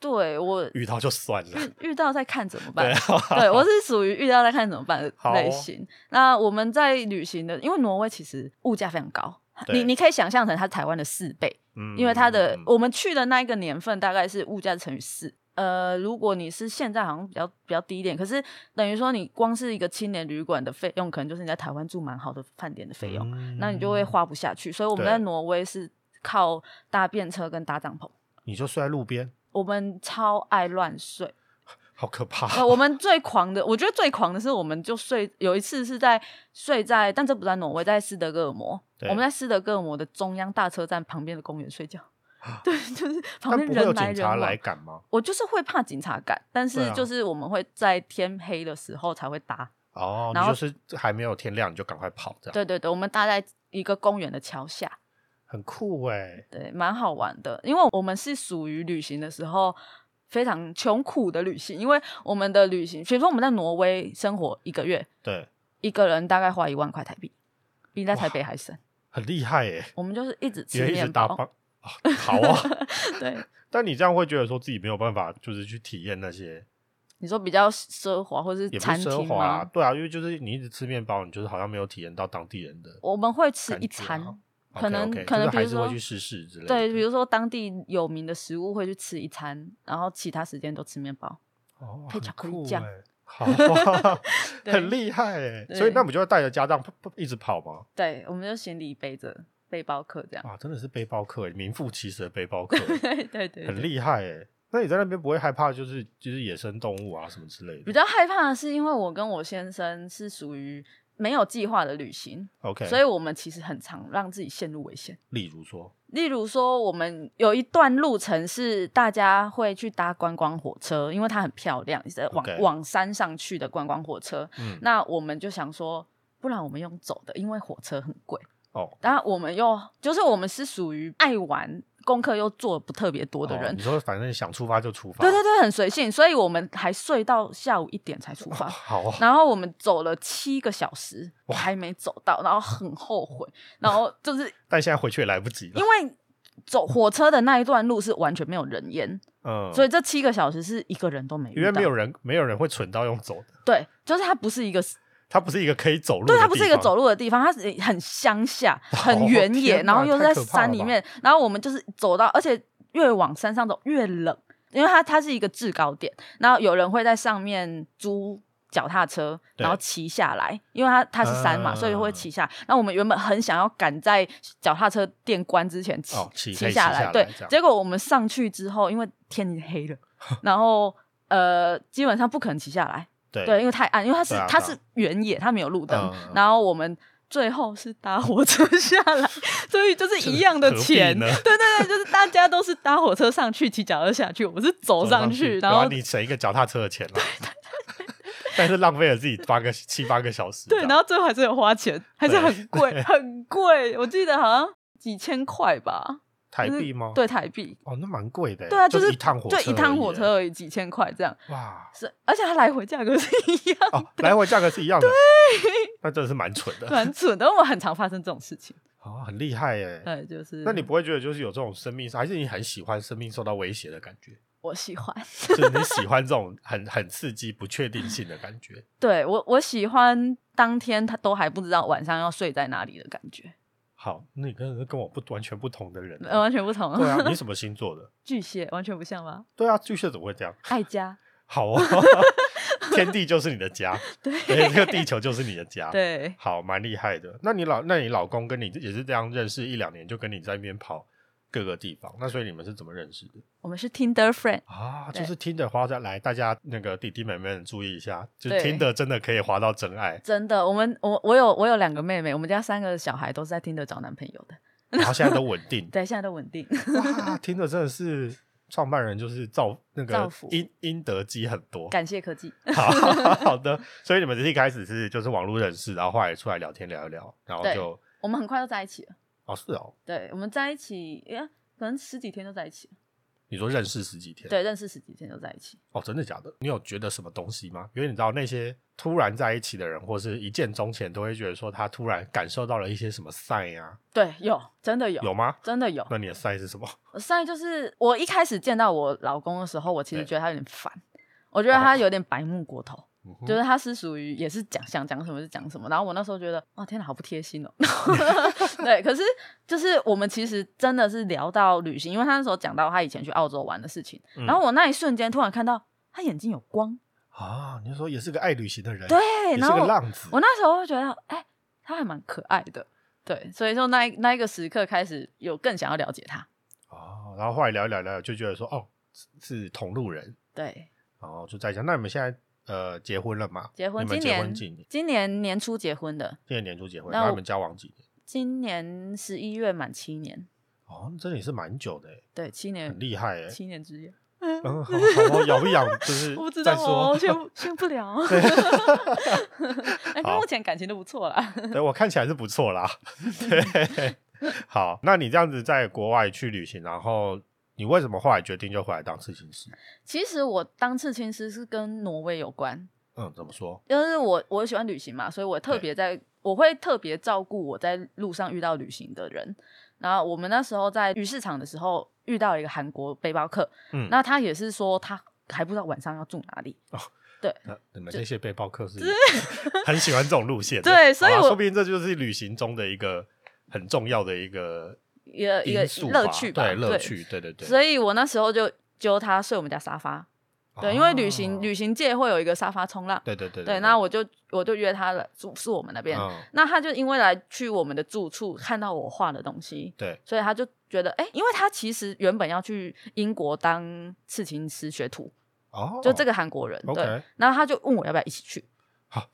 S2: 对我
S1: 遇到就算了。
S2: 遇遇到再看怎么办
S1: 对。啊，
S2: 对，我是属于遇到再看怎么办的
S1: [laughs] 好
S2: 类
S1: 哦
S2: 型。那我们在旅行的，因为挪威其实物价非常高，
S1: 对
S2: 你你可以想象成它台湾的四倍，
S1: 嗯
S2: 因为它的、
S1: 嗯嗯
S2: 我们去的那一个年份大概是物价乘以四。呃，如果你是现在好像比较比较低一点，可是等于说你光是一个青年旅馆的费用，可能就是你在台湾住蛮好的饭店的费用，
S1: 嗯
S2: 那你就会花不下去。所以我们
S1: 对
S2: 在挪威是靠搭便车跟搭帐篷，
S1: 你就睡在路边，
S2: 我们超爱乱睡。
S1: 好可怕。[laughs]
S2: 呃，我们最狂的，我觉得最狂的是，我们就睡有一次是在睡在，但这不在挪威，在斯德哥尔摩。
S1: 对
S2: 我们在斯德哥尔摩的中央大车站旁边的公
S1: [laughs]
S2: 园睡觉。对，就是
S1: 但
S2: 旁边
S1: 不会有
S2: 人来
S1: 警
S2: 人
S1: 察来
S2: 往。
S1: 赶吗？
S2: 我就是会怕警察赶，但
S1: 对
S2: 是
S1: 啊
S2: 就是我们会在天黑的时候才会搭。
S1: 哦，你
S2: 然后
S1: 就是还没有天亮你就赶快跑，这样
S2: 对对对，我们搭在一个公园的桥下。
S1: 很酷哎、
S2: 对，蛮好玩的，因为我们是属于旅行的时候非常穷苦的旅行，因为我们的旅行，比如说我们在挪威生活一个月，
S1: 对，
S2: 一个人大概花一万块台币，比在台北还省。
S1: 很厉害哎、
S2: 我们就是一直
S1: 因
S2: 吃
S1: 为一直
S2: 面
S1: 搭
S2: 包，
S1: 帮、啊好啊。
S2: [laughs] 对，
S1: 但你这样会觉得说自己没有办法，就是去体验那些
S2: 你说比较奢华或是
S1: 也不
S2: 餐
S1: 是奢
S2: 厅
S1: 华、啊，
S2: 吗？
S1: 对啊，因为就是你一直吃面包，你就是好像没有体验到当地人的
S2: 我们会吃
S1: 感
S2: 一
S1: 觉啊
S2: 餐，
S1: OK，
S2: 可能
S1: OK，
S2: 可
S1: 就是
S2: 能比
S1: 还
S2: 如
S1: 是会
S2: 说
S1: 去试试之类的。
S2: 对，比如说当地有名的食物会去吃一餐，然后其他时间都吃面包。
S1: 哦
S2: 配
S1: 很
S2: 巧克力
S1: 酷
S2: [laughs] 酱
S1: 欸好啊 [laughs]
S2: 对
S1: 很厉害哎、
S2: 对
S1: 所以那不就要带着家当不不一直跑吗？
S2: 对，我们就行李背着背包客这样。
S1: 啊，真的是背包客、欸，名副其实的背包客欸、
S2: [laughs] 对对对，
S1: 很
S2: 对
S1: 厉害哎、那你在那边不会害怕，就是就是野生动物啊什么之类
S2: 比
S1: 的
S2: 较害怕的是，因为我跟我先生是属于没有计划的旅行，
S1: ？OK，
S2: 所以我们其实很常让自己陷入危险。
S1: 例如说，
S2: 例如说，我们有一段路程是大家会去搭观光火车，因为它很漂亮，是往
S1: OK
S2: 往山上去的观光火车。
S1: 嗯，
S2: 那我们就想说，不然我们用走的，因为火车很贵。
S1: 哦，
S2: 然后我们又就是我们是属于爱玩，功课又做得不特别多的
S1: 哦
S2: 人，
S1: 你说反正想出发就出发，
S2: 对对对，很随性，所以我们还睡到下午一点才出
S1: 哦
S2: 发。
S1: 好啊，
S2: 然后我们走了七个小时，
S1: 哇
S2: 还没走到，然后很后悔，然后就是
S1: 但现在回去也来不及了，
S2: 因为走火车的那一段路是完全没有人烟，
S1: 嗯，
S2: 所以这七个小时是一个人都没遇到，
S1: 因为没有人没有人会蠢到用走的，
S2: 对，就是它不是一个，
S1: 它不是一个可以走路的
S2: 对，
S1: 地
S2: 它
S1: 方，
S2: 不是一个走路的地方，它是很乡下、很
S1: 哦
S2: 原野，
S1: 天哪
S2: 然后又
S1: 太
S2: 在
S1: 可怕了
S2: 山里
S1: 吧
S2: 面，然后我们就是走到，而且越往山上走越冷，因为它它是一个制高点，然后有人会在上面租。脚踏车，
S1: 对嗯
S2: 然后骑下来，因为它它是山嘛，所以会骑下来。然后我们原本很想要赶在脚踏车店关之前骑
S1: 哦骑可
S2: 骑
S1: 以
S2: 下
S1: 骑下
S2: 来，
S1: 来
S2: 对
S1: 这。样
S2: 结果我们上去之后，因为天已经黑
S1: [laughs]
S2: 了，然后呃，基本上不可能骑下来，
S1: 对
S2: 对，因为太暗，因为它是、
S1: 对啊
S2: 它
S1: 对啊
S2: 是原野，它没有路灯。
S1: 嗯嗯嗯
S2: 然后我们最后是搭火车下来， [laughs] 所以就是一样的
S1: 何必
S2: 钱。
S1: 呢
S2: 对对对，就是大家都是搭火车上去，骑脚车下去，我们是走
S1: 走
S2: 上
S1: 去，
S2: 然后
S1: 你省一个脚踏车的钱了，但是浪费了自己八个七八个小时这
S2: 对，
S1: 样，
S2: 然后最后还是有花钱，还是
S1: 对
S2: 很
S1: [laughs]
S2: 贵，很贵。我记得好像几千块吧，
S1: 台
S2: 就是
S1: 币吗？
S2: 对，台币。
S1: 哦，那蛮贵的欸，
S2: 对啊，
S1: 就
S2: 就是
S1: 一趟火车，啊
S2: 对一趟火，车而已，几千块这样。
S1: 哇，
S2: 是，而且它来回价格是一样， [laughs]
S1: 哦，来回价格是一样的， [laughs] 那真的是蛮蠢的，
S2: 啊蛮蠢的。我们很常发生这种事情。
S1: 哦，很厉害耶。
S2: 对，就是。
S1: 那你不会觉得就是有这种生命，还是你很喜欢生命受到威胁的感
S2: [laughs]
S1: 觉？
S2: 我喜欢。
S1: 就是你喜欢这种很很刺激、不确定性的感觉？
S2: 对我，我喜欢当天他都还不知道晚上要睡在哪里的感觉，
S1: 好，那你跟跟我不完全不同的人
S2: 呃
S1: 啊。
S2: 完全不同。 [laughs]
S1: 对啊，你什么星座的？
S2: 巨蟹完全不像吗？
S1: 对啊，巨蟹怎么会这样？
S2: 爱家，
S1: 好
S2: [laughs]
S1: 哦，天地就是你的家，
S2: 对
S1: 对，这个地球就是你的家。，
S2: 对，
S1: 好，蛮厉害的。那你老，那你老公跟你也是这样认识一两年，就跟你在那边跑各个地方。那所以你们是怎么认识的
S2: 我们是 Tinder friend，
S1: 啊？
S2: 对
S1: 就是听的滑下来，大家那个弟弟妹妹们注意一下，就是
S2: 对。
S1: 听的真的可以滑到真爱
S2: 真的，我们我我有我有两个妹妹，我们家三个小孩都是在 Tinder 找男朋友的，
S1: 然后现在都稳
S2: [laughs]
S1: 定，
S2: 对，现在都稳定，
S1: 哇，听的真的是创办人就是造那
S2: 造
S1: 个
S2: 福
S1: 应应得机很多。
S2: 感谢科技。
S1: 好 [laughs] 好的，所以你们一开始是就是网络认识，然后后来出来聊天聊一聊，然后
S2: 对
S1: 就
S2: 我们很快就在一起了，
S1: 哦是哦，
S2: 对，我们在一起，耶，可能十几天就在一起了，
S1: 你说认识十几天，
S2: 对，认识十几天就在一起。
S1: 哦，真的假的？你有觉得什么东西吗？因为你知道那些突然在一起的人，或是一见钟情，都会觉得说他突然感受到了一些什么 sign 啊，
S2: 对，有，真的有，
S1: 有吗？
S2: 真的有。
S1: 那你的 sign 是什么？
S2: 上一就是我一开始见到我老公的时候，我其
S1: 对
S2: 实
S1: 哦
S2: 觉得他有点烦，我觉得他有点白目过头，
S1: 嗯哼
S2: 就是他是属于也是讲想讲什么就讲什么，然后我那时候觉得哦天哪，好不贴心
S1: [laughs]
S2: 哦。对，可是就是我们其实真的是聊到旅行，因为他那时候讲到他以前去澳洲玩的事情，
S1: 嗯
S2: 然后我那一瞬间突然看到他眼睛有光，
S1: 啊，你就说也是个爱旅行的人，
S2: 对，
S1: 哎也
S2: 然
S1: 是
S2: 后
S1: 个
S2: 我
S1: 浪子，
S2: 我那时候就觉得哎、他还蛮可爱的，对，所以说那一那一个时刻开始有更想要了解他，
S1: 哦，然后后来聊一聊聊一聊，就觉得说哦是是同路人，
S2: 对。
S1: 然后就在讲，那你们现在呃结婚了吗？
S2: 结婚，
S1: 你们
S2: 今
S1: 结婚
S2: 年
S1: 几年？
S2: 今年年初结婚的，
S1: 今年年初结婚，
S2: 那
S1: 然后
S2: 我
S1: 你们交往几年？
S2: 今年十一月满七年，
S1: 哦，那真的也是蛮久的耶，
S2: 对，七年
S1: 很厉害哎。
S2: 七年之约。
S1: 嗯，好，好好咬一咬，就是
S2: [laughs] 我不知
S1: 再
S2: 道
S1: 说
S2: 哦，先不先不聊。 [laughs] 哎，跟
S1: 好
S2: 目前感情都不错啦。
S1: [laughs] 对我看起来是不错
S2: [laughs]
S1: 啦。对，好，那你这样子在国外去旅行，然后你为什么后来决定就回来当刺青师？
S2: 其实我当刺青师是跟挪威有关，
S1: 嗯，怎么说？
S2: 因为我我喜欢旅行嘛，所以我特别在我会特别照顾我在路上遇到旅行的人。然后我们那时候在鱼市场的时候遇到一个韩国背包客，
S1: 嗯
S2: 那他也是说他还不知道晚上要住哪里，
S1: 那你们这些背包客是 [laughs] 很喜欢这种路线的，
S2: 对所以
S1: 好啦
S2: 我
S1: 说不定这就是旅行中的一个很重要的一个
S2: 一个一个
S1: 因素吧
S2: 乐趣吧，
S1: 对乐趣，对对对。
S2: 所以我那时候就揪他睡我们家沙发，对，因为旅
S1: 哦
S2: 行旅行界会有一个沙发冲浪，
S1: 对对对
S2: 对，那我就我就约他了，住宿我们那边。
S1: 嗯
S2: 那他就因为来去我们的住处看到我画的东西，
S1: 对，
S2: 所以他就觉得，哎、因为他其实原本要去英国当刺青师学徒，
S1: 哦，
S2: 就这个韩国人，对。
S1: OK，
S2: 然后他就问我要不要一起去，
S1: 好，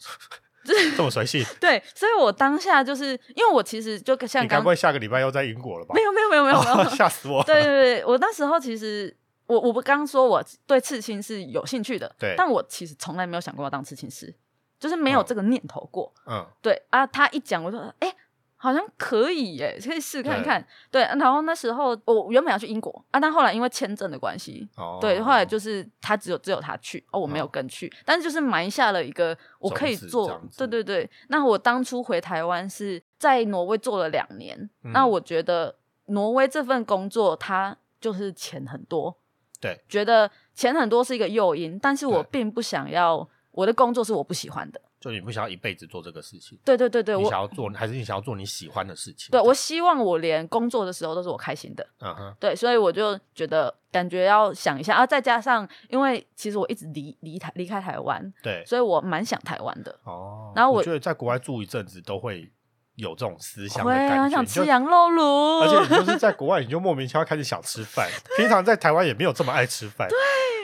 S1: 这么随
S2: [laughs]
S1: 性，
S2: 对，所以我当下就是因为我其实就像
S1: 你该
S2: 刚
S1: 不会哦下个礼拜又在英国了吧
S2: 没？有没有没有没有没有，
S1: 吓死我！
S2: [laughs] 对对对，我那时候其实我我不刚说我对刺青是有兴趣的，
S1: 对
S2: 但我其实从来没有想过要当刺青师，就是没有
S1: 嗯
S2: 这个念头过。
S1: 嗯，
S2: 对啊，他一讲我就哎、诶好像可以耶，可以试看看。对，然后那时候我原本要去英国啊，但后来因为签证的关系。
S1: 哦，
S2: 对，后来就是他只有只有他去，哦，我没有
S1: 哦
S2: 跟去，但是就是埋下了一个我可以
S1: 种子这
S2: 做
S1: 样，子
S2: 对对对。那我当初回台湾是在挪威做了两年，
S1: 嗯
S2: 那我觉得挪威这份工作它就是钱很多，
S1: 对，
S2: 觉得钱很多是一个诱因，但是我
S1: 对
S2: 并不想要我的工作是我不喜欢的，
S1: 就你不想要一辈子做这个事情，
S2: 对对对对，
S1: 你
S2: 我
S1: 想要做，还是你想要做你喜欢的事情？
S2: 对，我希望我连工作的时候都是我开心的，
S1: 嗯哼，
S2: 对，所以我就觉得感觉要想一下啊，再加上因为其实我一直离离台离开台湾，
S1: 对，
S2: 所以我蛮想台湾的。
S1: 哦。
S2: 然后我
S1: 觉得在国外住一阵子都会有这种思乡的
S2: 会，
S1: 感
S2: 很
S1: 觉，
S2: 想
S1: 你就
S2: 吃羊肉炉，
S1: 而且你就是在国外，你就莫名其妙开始想吃
S2: [laughs]
S1: 饭。平常在台湾也没有这么爱吃饭，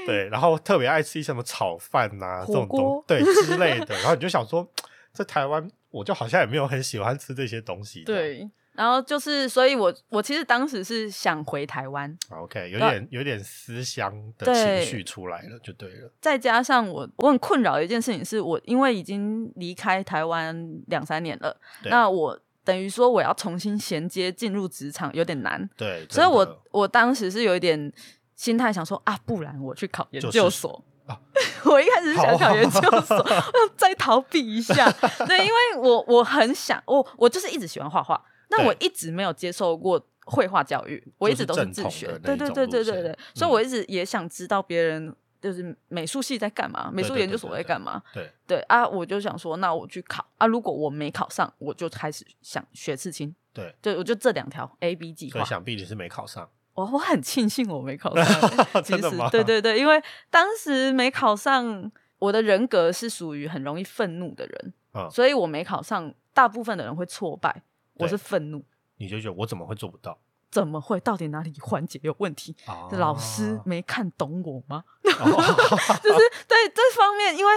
S1: 对然后特别爱吃什么炒饭呐、这
S2: 火
S1: 种东
S2: 锅
S1: 对之类的。然后你就想说，在台湾我就好像也没有很喜欢吃这些东西。
S2: 对，然后就是，所以我我其实当时是想回台湾，
S1: 这样，OK，有点有点思乡的情
S2: 对
S1: 绪出来了，就对了。
S2: 再加上我我很困扰的一件事情是我因为已经离开台湾两三年了，
S1: 对
S2: 那我等于说我要重新衔接进入职场有点难，
S1: 对，
S2: 所以
S1: 真的
S2: 我我当时是有一点心态想说啊，不然我去考研究所。
S1: 啊
S2: [laughs] 我一开始是想考研究所，
S1: 好
S2: [laughs] 我想再逃避一下。对，因为我我很想，我我就是一直喜欢画画，但
S1: 对
S2: 我一直没有接受过绘画教育，我一直都是自
S1: 就是
S2: 学。
S1: 正统
S2: 对
S1: 的那
S2: 对
S1: 一种
S2: 对对
S1: 路
S2: 对
S1: 线
S2: 对
S1: 嗯，
S2: 所以我一直也想知道别人就是美术系在干嘛，美术
S1: 对对
S2: 研究所在干嘛。
S1: 对
S2: 对啊，我就想说，那我去考啊。如果我没考上，我就开始想学刺青。
S1: 对，
S2: 对，我就这两条 A、B 计
S1: 所以
S2: 划。
S1: 想必你是没考上，
S2: 我我很庆幸我
S1: [laughs]
S2: 没考上，欸其
S1: 真的
S2: 实
S1: 吗
S2: 对对对，因为当时没考上，我的人格是属于很容易愤怒的人，
S1: 嗯
S2: 所以我没考上，大部分的人会挫败，我
S1: 对
S2: 是愤怒，
S1: 你就觉得我怎么会做不到？
S2: 怎么会？到底哪里环节有问题？
S1: 啊
S2: 老师没看懂我吗？
S1: 哦
S2: [laughs] 就是对这方面，因为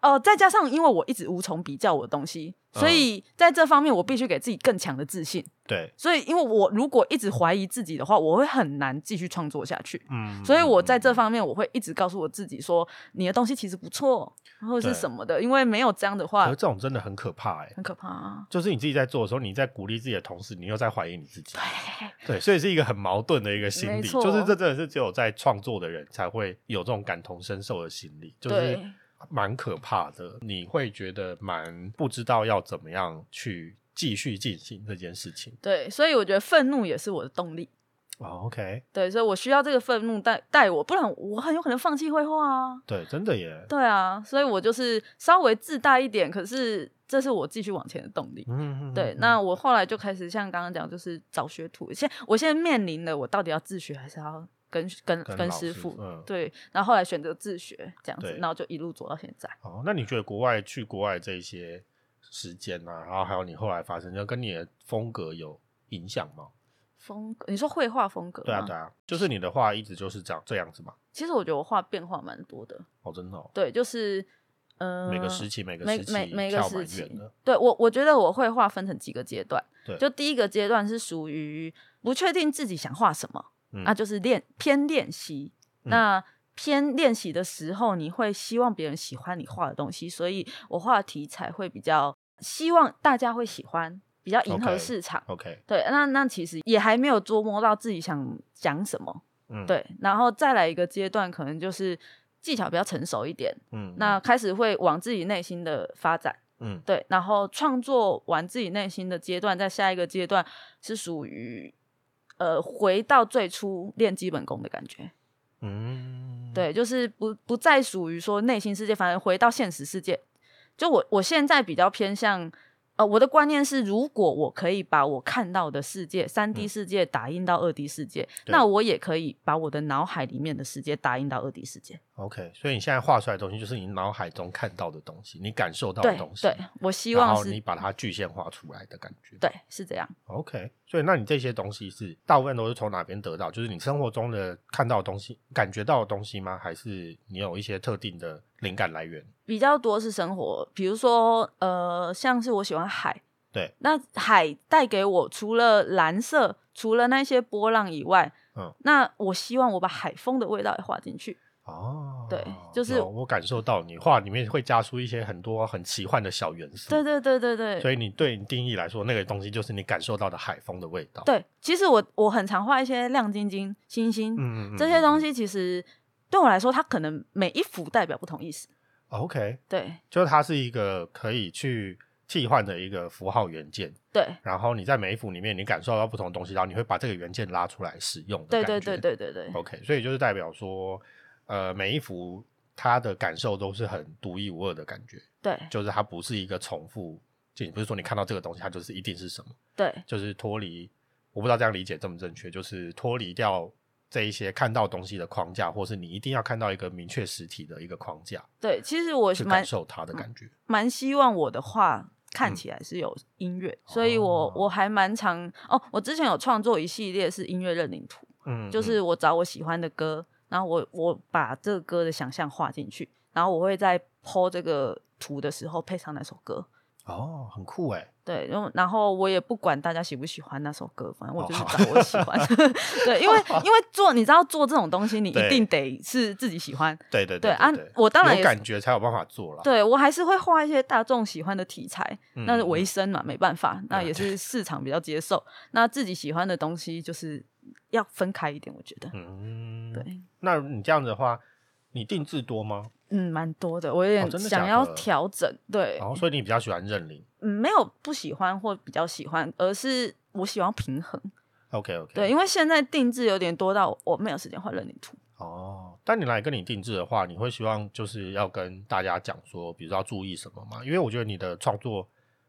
S2: 哦、呃再加上因为我一直无从比较我的东西，所
S1: 嗯
S2: 以在这方面我必须给自己更强的自信。
S1: 对，
S2: 所以，因为我如果一直怀疑自己的话，我会很难继续创作下去。
S1: 嗯，
S2: 所以我在
S1: 嗯
S2: 这
S1: 嗯
S2: 方面，我会一直告诉我自己说，你的东西其实不错，或者是
S1: 对
S2: 什么的，因为没有这样的
S1: 嗯
S2: 话
S1: 可是这种真的很可怕哎、
S2: 很可怕、 [laughs] 啊。
S1: 就是你自己在做的时候，你在鼓励自己的同时，你又在怀疑你自己。
S2: 哎
S1: 对，所以是一个很矛盾的一个心
S2: 没
S1: 理，
S2: 错
S1: 就是这真的是只有在创作的人才会有这种感同身受的心理，就是
S2: 对
S1: 蛮可怕的。你会觉得蛮不知道要怎么样去继续进行这件事情。
S2: 对，所以我觉得愤怒也是我的动力。
S1: 哦，OK，
S2: 对，所以我需要这个愤怒带带我，不然我很有可能放弃绘画啊。
S1: 对，真的耶。
S2: 对啊，所以我就是稍微自大一点，可是这是我继续往前的动力。
S1: 嗯，嗯
S2: 对，
S1: 嗯
S2: 那我后来就开始像刚刚讲，就是找学徒。现我现在面临的，我到底要自学还是要跟跟
S1: 跟
S2: 跟
S1: 老
S2: 师
S1: 师
S2: 傅？
S1: 嗯
S2: 对，然后后来选择自学这样子
S1: 对，
S2: 然后就一路走到现在。
S1: 哦，那你觉得国外去国外这一些时间啊，然后还有你后来发生，就跟你的风格有影响吗？
S2: 风格，你说绘画风格吗？
S1: 对啊，对啊，就是你的话一直就是这样这样子嘛。
S2: 其实我觉得我画变化蛮多的，
S1: 哦，真的、哦，
S2: 对，就是嗯、呃
S1: 每个时期每个
S2: 每
S1: 时期
S2: 每每个
S1: 跳
S2: 时
S1: 蛮
S2: 期
S1: 远的，
S2: 对我我觉得我绘画分成几个阶段，
S1: 对
S2: 就第一个阶段是属于不确定自己想画什么，
S1: 嗯
S2: 那就是练偏练习，
S1: 嗯
S2: 那。偏练习的时候，你会希望别人喜欢你画的东西，所以我画的题材会比较希望大家会喜欢，比较迎合
S1: OK
S2: 市场。
S1: OK，
S2: 对，那那其实也还没有捉摸到自己想讲什么，
S1: 嗯，，
S2: 对，然后再来一个阶段，可能就是技巧比较成熟一点，
S1: 嗯，
S2: 那开始会往自己内心的发展，
S1: 嗯
S2: 对，然后创作完自己内心的阶段，在下一个阶段是属于呃回到最初练基本功的感觉，
S1: 嗯，
S2: 对，就是不不再属于说内心世界，反而回到现实世界。就我我现在比较偏向。呃，我的观念是，如果我可以把我看到的世界，三 D
S1: 嗯
S2: 世界打印到二 D 世界，
S1: 对
S2: 那我也可以把我的脑海里面的世界打印到二 D 世界。
S1: OK，所以你现在画出来的东西就是你脑海中看到的东西，你感受到的
S2: 对
S1: 东西，
S2: 对，我希
S1: 然
S2: 望
S1: 后
S2: 是
S1: 你把它具现化出来的感觉。
S2: 对是这样。
S1: OK，所以那你这些东西是大部分都是从哪边得到？就是你生活中的看到的东西、感觉到的东西吗？还是你有一些特定的灵感来源？
S2: 比较多是生活，比如说呃，像是我喜欢海，
S1: 对，
S2: 那海带给我除了蓝色，除了那些波浪以外，
S1: 嗯，
S2: 那我希望我把海风的味道也画进去。
S1: 哦，
S2: 对就是
S1: 有我感受到你画里面会加出一些很多很奇幻的小元素。
S2: 对对对对对，
S1: 嗯所以你对你定义来说，那个东西就是你感受到的海风的味道。
S2: 对，其实我我很常画一些亮晶晶、星星、
S1: 嗯，嗯，嗯
S2: 这些
S1: 嗯
S2: 东。
S1: 嗯
S2: 西，其实对我来说，它可能每一幅代表不同意思。
S1: 嗯 OK，
S2: 对
S1: 就是它是一个可以去替换的一个符号元件，
S2: 对
S1: 然后你在每一幅里面你感受到不同的东西，然后你会把这个元件拉出来使用的
S2: 对
S1: 感觉。
S2: 对对对对对
S1: OK，所以就是代表说，呃，每一幅它的感受都是很独一无二的感觉，
S2: 对
S1: 就是它不是一个重复。就你不是说你看到这个东西，它就是一定是什么，
S2: 对
S1: 就是脱离，我不知道这样理解正不正确，就是脱离掉这一些看到东西的框架，或是你一定要看到一个明确实体的一个框架
S2: 对，其实我
S1: 去
S2: 蛮嗯
S1: 感受它的感觉。
S2: 蛮希望我的画看
S1: 嗯哦
S2: 起来是有音乐，所以我我还蛮常哦，我之前有创作一系列是音乐认领图，
S1: 嗯，
S2: 就
S1: 嗯
S2: 是我找我喜欢的歌，然后我我把这个歌的想象画进去，然后我会在剖这个图的时候配上那首歌。
S1: 哦，很酷哎，
S2: 对，然后然后我也不管大家喜不喜欢那首歌，反正我
S1: 哦
S2: 就是
S1: 好
S2: 找我喜欢。 [laughs] 对，
S1: [laughs]
S2: 因为因为做你知道做这种东西，你一
S1: 对
S2: 定得是自己喜欢。
S1: 对对
S2: 对啊
S1: 对，
S2: 我当然
S1: 有
S2: 也
S1: 感觉才有办法做了。
S2: 对我还是会画一些大众喜欢的题材，
S1: 嗯，
S2: 那是
S1: 一
S2: 为生嘛，没办法，那
S1: 啊
S2: 也是市场比较接受。那自己喜欢的东西就是要分开一点，我觉得，
S1: 嗯，
S2: 对。，
S1: 那你这样子的话，你定制多吗？
S2: 嗯，蛮多的，我
S1: 哦
S2: 有
S1: 真
S2: 点
S1: 的
S2: 想
S1: 假
S2: 要
S1: 的哦
S2: 调整。对，
S1: 然后，所以你比较喜欢认领。
S2: 嗯，没有不喜欢或比较喜欢，而是我喜欢平衡。
S1: OK OK，
S2: 对，，因为现在定制有点多到我没有时间画人领图。
S1: 哦，但你来跟你定制的话，你会希望就是要跟大家讲说，比如说要注意什么吗？因为我觉得你的创作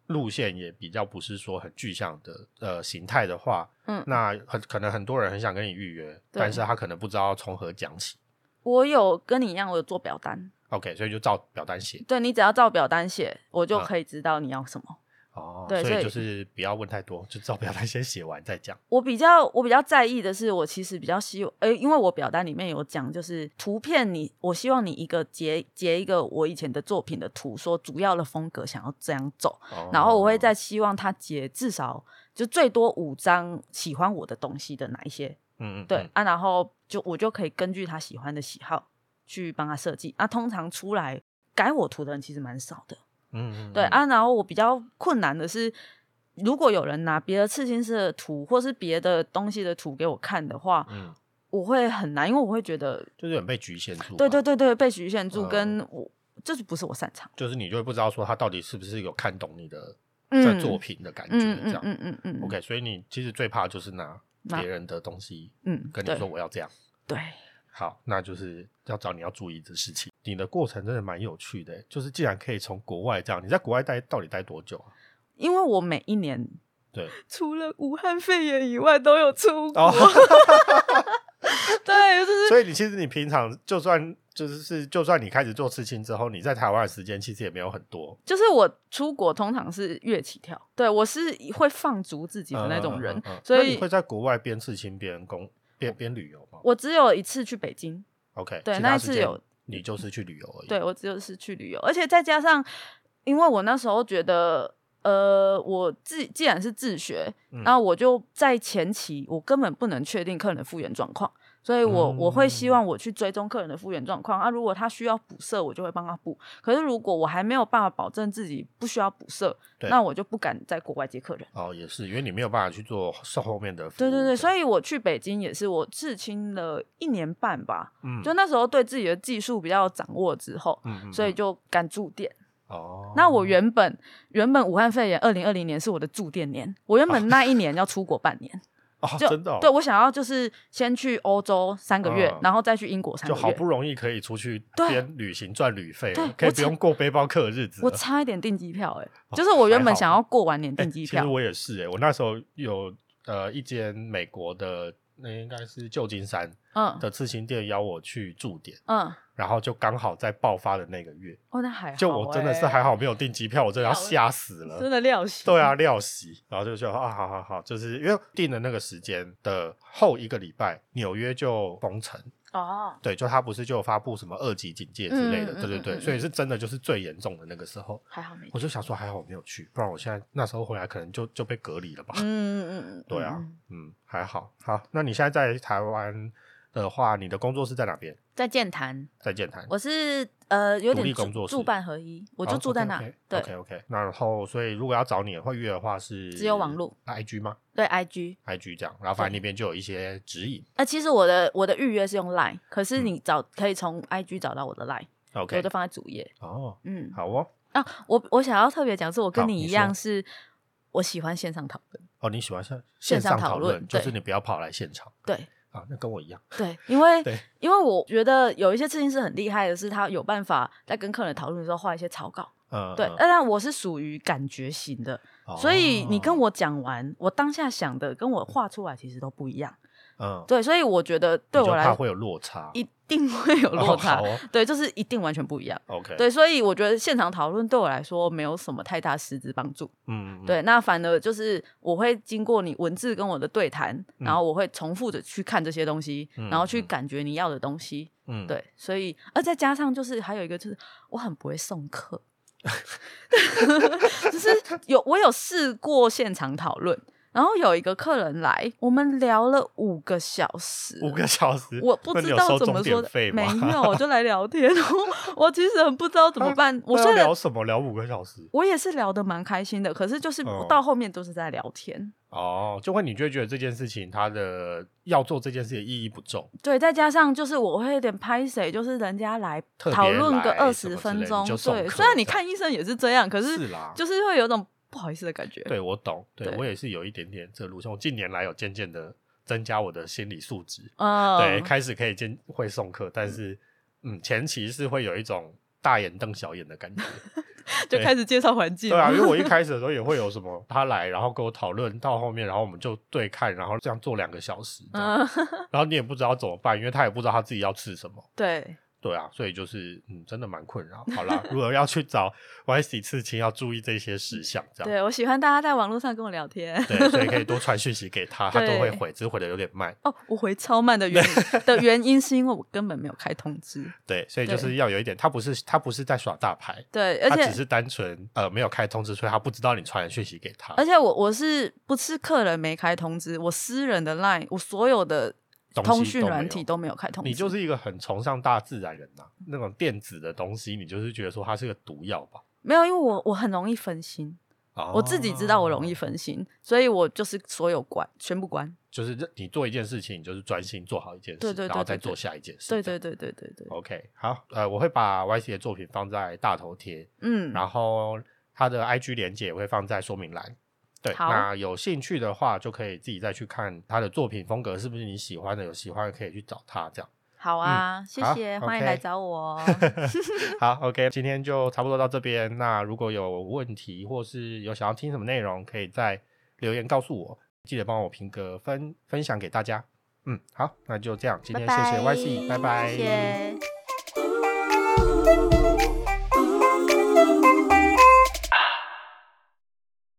S1: 路线也比较不是说很具象的呃形态的话，
S2: 嗯
S1: 那很可能很多人很想跟你预约，但是他可能不知道从何讲起。
S2: 我有跟你一样，我有做表单，
S1: OK，所以就照表单写
S2: 对你只要照表单写，我就
S1: 嗯
S2: 可以知道你要什么。
S1: 哦，
S2: 对
S1: 所
S2: 所
S1: 以
S2: 以
S1: 就是不要问太多，就照表单先写完再讲。
S2: 我比较我比较在意的是，我其实比较希望，呃、因为我表单里面有讲，就是图片你，我希望你一个截截一个我以前的作品的图，说主要的风格想要这样走，
S1: 哦
S2: 然后我会再希望他截至少就最多五张喜欢我的东西的哪一些，
S1: 嗯嗯
S2: 对、
S1: 嗯
S2: 啊，然后就我就可以根据他喜欢的喜好去帮他设计。那、通常出来改我图的人其实蛮少的，
S1: 嗯嗯
S2: 对、
S1: 嗯
S2: 啊，然后我比较困难的是，如果有人拿别的刺青师的图或是别的东西的图给我看的话，
S1: 嗯，
S2: 我会很难，因为我会觉得，
S1: 就是很被局限住。
S2: 对对，对对，被局限住，
S1: 嗯
S2: 跟我、就是不是我擅长。
S1: 就是你就会不知道说他到底是不是有看懂你的
S2: 嗯
S1: 这作品的感觉
S2: 嗯
S1: 这
S2: 嗯
S1: 样。
S2: 嗯嗯嗯
S1: OK，所以你其实最怕就是拿
S2: 拿
S1: 别人的东西
S2: 嗯，
S1: 跟你
S2: 对
S1: 说我要这样。
S2: 对，
S1: 好，那就是要找你要注意的事情。你的过程真的蛮有趣的，欸就是既然可以从国外这样，你在国外待到底待多久啊？
S2: 因为我每一年
S1: 对，
S2: [laughs] 除了武汉肺炎以外都有出国， [laughs]
S1: 哦， [laughs]
S2: 对，就是
S1: 所以你其实你平常就算就是是就算你开始做刺青之后，你在台湾的时间其实也没有很多。
S2: 就是我出国通常是月起跳，对我是会放逐自己的那种人，
S1: 嗯嗯嗯嗯嗯
S2: 所
S1: 那你
S2: 以
S1: 会在国外边刺青边工边边旅游吗
S2: 我只有一次去北京，
S1: ？OK，
S2: 对
S1: 其他
S2: 那一
S1: 时
S2: 次
S1: 间
S2: 有
S1: 你就是去旅游而已。
S2: 对我只有是去旅游，而且再加上，因为我那时候觉得，呃，我自既然是自学，
S1: 嗯
S2: 然后我就在前期我根本不能确定客人的复原状况，所以我、我会
S1: 嗯
S2: 希望我去追踪客人的复原状况啊，如果他需要补色，我就会帮他补。可是如果我还没有办法保证自己不需要补色，
S1: 对
S2: 那我就不敢在国外接客人。
S1: 哦，也是，因为你没有办法去做售后面的服务。
S2: 对对对，所
S1: 以
S2: 以我去北京也是我刺青了一年半吧，
S1: 嗯
S2: 就那时候对自己的技术比较有掌握之后，
S1: 嗯嗯
S2: 所以
S1: 嗯
S2: 就敢驻店。
S1: 哦，
S2: 那我原本原本武汉肺炎二零二零年是我的驻店年，我原本那一年要出国半年，
S1: 啊，
S2: 就
S1: 哦真的哦、
S2: 对我想要就是先去欧洲三个月，
S1: 嗯
S2: 然后再去英国三
S1: 就
S2: 个
S1: 好
S2: 月
S1: 不。容易可以出去
S2: 对
S1: 边旅行赚旅费
S2: 对
S1: 了，可以
S2: 我
S1: 不用
S2: 才
S1: 过背包客的日子
S2: 我
S1: 了。
S2: 差一点订机票、欸，
S1: 哦
S2: 就是我原
S1: 还
S2: 本
S1: 好
S2: 想要过完年
S1: 哎
S2: 订机
S1: 其实
S2: 票，
S1: 我也是哎、我那时候有呃一间美国的，那应该是旧金山
S2: 嗯
S1: 的刺青店邀我去驻点，
S2: 嗯，
S1: 然后就刚好在爆发的那个月，
S2: 哦，那还好、欸，
S1: 就我真的是还好没有订机票，我真的要
S2: 好
S1: 吓死了。
S2: 真的料死，
S1: 对
S2: [laughs]
S1: 啊，，料席，然后就说啊，好好好，就是因为定的那个时间的后一个礼拜，纽约就封城，
S2: 哦，
S1: 对，就他不是就有发布什么二级警戒之类的，
S2: 嗯
S1: 对对
S2: 嗯嗯
S1: 对，
S2: 嗯
S1: 所以是真的就是最严重的那个时候，
S2: 还好没订，
S1: 我就想说还好我没有去，不然我现在那时候回来可能就就被隔离了吧。
S2: 嗯嗯嗯嗯，
S1: 对啊
S2: 嗯，
S1: 嗯，还好。好，那你现在在台湾的话，你的工作是在哪边？
S2: 在健谈，
S1: 在健谈。
S2: 我是呃有
S1: 独立
S2: 点
S1: 工
S2: 住
S1: 作室哦
S2: 住办合一，我就住在那，对
S1: OK OK，那然后所以如果要找你会约的话是
S2: 只有网络
S1: IG 吗
S2: 对，IG。
S1: ？IG 这样，然后反正
S2: 对
S1: 那边就有一些指引。
S2: 呃，其实我的我的预约是用 Line，可是你找、可以从 IG 找到我的 Line，
S1: 嗯
S2: 所以
S1: OK，
S2: 我就放在主页。
S1: 哦，
S2: 嗯，
S1: 好哦，
S2: 啊，我我想要特别讲是，我跟
S1: 好
S2: 你
S1: 你
S2: 一样
S1: 说
S2: 是，我喜欢线上讨论。
S1: 哦，你喜欢上
S2: 线上
S1: 上
S2: 讨
S1: 讨
S2: 论
S1: 论，就
S2: 对
S1: 是你不要跑来现场
S2: 对
S1: 啊，那跟我一样。
S2: 对，因为
S1: 对
S2: 因为我觉得有一些事情是很厉害的，是他有办法在跟客人讨论的时候画一些草稿。
S1: 嗯，
S2: 对，
S1: 嗯哦
S2: 当然我是属于感觉型的，所以你跟，我讲完，我当下想的跟我画出来其实都不一样。
S1: 哦嗯，
S2: 对，所以我觉得对
S1: 你就
S2: 我来
S1: 怕
S2: 说
S1: 会有落差，
S2: 一定会有落差。 [laughs]
S1: 哦好哦
S2: 对，就是一定完全不一样。
S1: OK，，
S2: 对，所以我觉得现场讨论对我来说没有什么太大实质帮助。
S1: 嗯，嗯，
S2: 对，那反而就是我会经过你文字跟我的对谈，然后我会重复的去看这些东西，
S1: 嗯
S2: 然后去
S1: 嗯
S2: 感觉你要的东西。
S1: 嗯，
S2: 对，所以而再加上就是还有一个就是我很不会送客，
S1: [laughs]
S2: 就是有我有试过现场讨论，然后有一个客人来，我们聊了五个小时，
S1: 五个小时，
S2: 我不
S1: [laughs] 那你
S2: 知
S1: 有
S2: 道
S1: 收
S2: 怎
S1: 钟
S2: 么
S1: 点
S2: 说的，
S1: 费
S2: 没
S1: 吗 [laughs] 啊
S2: 有，我就来聊天。 [laughs] 然后我其实很不知道怎么办。我
S1: 那
S2: 虽
S1: 要
S2: 然
S1: 聊什么？聊五个小时
S2: 我也是聊得蛮开心的，可是就是
S1: 哦
S2: 到后面都是在聊天。
S1: 哦，就会你就会觉得这件事情它的要做这件事的意义不重，
S2: 对，再加上就是我会有点拍谁，就是人家来
S1: 特别
S2: 讨论个
S1: 来
S2: 二
S1: 什
S2: 十
S1: 么之
S2: 分
S1: 类
S2: 钟
S1: 你，就送
S2: 对。
S1: 客
S2: 虽然你
S1: 这样
S2: 看医生也是这样，可
S1: 是
S2: 是
S1: 啦，
S2: 就是会有一种不好意思的感觉。
S1: 对我懂，对
S2: 对
S1: 我也是有一点点这路线，我近年来有渐渐的增加我的心理素质，
S2: 嗯，
S1: 对，开始可以兼会送客，但是嗯，前期是会有一种大眼瞪小眼的感
S2: [laughs]
S1: 觉，
S2: 就
S1: 对
S2: 开始介绍环境。
S1: 对啊，因为我一开始的时候也会有什么他来，然后跟我讨论到后面，然后我们就对看，然后这样做两个小时这样，
S2: 嗯， [laughs]
S1: 然后你也不知道怎么办，因为他也不知道他自己要吃什么。
S2: 对，
S1: 对啊，所以就是嗯，真的蛮困扰。好啦，如果要去找 YC 刺青，要注意这些事项，这样
S2: 对我喜欢大家在网络上跟我聊天。
S1: 对，所以可以多传讯息给他，他都会
S2: 对
S1: 回，只是回的有点慢。
S2: 哦，我回超慢的
S1: [laughs]
S2: 原因的原因是因为我根本没有开通知，
S1: 对，所以就
S2: 对
S1: 是要有一点，他不是他不是在耍大牌，
S2: 对，而
S1: 他
S2: 且
S1: 只是单纯呃没有开通知，所以他不知道你传了讯息给他
S2: 而。且我我是不是客人没开通知，我私人的 LINE，我所有的
S1: 东西
S2: 通讯
S1: 都没
S2: 软
S1: 有
S2: 体都没有开通知，
S1: 你就是一个很崇尚大自然人呐、那种电子的东西，你就是觉得说它是个毒药吧？
S2: 没有，因为我我很容易分心，
S1: 哦
S2: 我自己知道我容易，分心，所以我就是所有关全部关，
S1: 就是这你做一件事情，你就是专心做好一件事，
S2: 对对对
S1: 然后再
S2: 对对
S1: 做下一件事。
S2: 对
S1: 这样
S2: 对对对对对，
S1: OK，好，呃，我会把 YC 的作品放在大头贴，
S2: 嗯，
S1: 然后他的 IG 连接也会放在说明栏。对，
S2: 好
S1: 那有兴趣的话，就可以自己再去看他的作品风格是不是你喜欢的，有喜欢的可以去找他这样。
S2: 好啊，谢
S1: 好
S2: 谢，
S1: ，OK
S2: 欢迎来找我
S1: [laughs]
S2: 哦，
S1: 好，OK，今天就差不多到这边。那如果有问题或是有想要听什么内容，可以在留言告诉我，记得帮我评个分分享给大家。嗯，好，那就这样，今天谢谢 YC，拜拜。
S2: 谢谢。
S3: Ooh.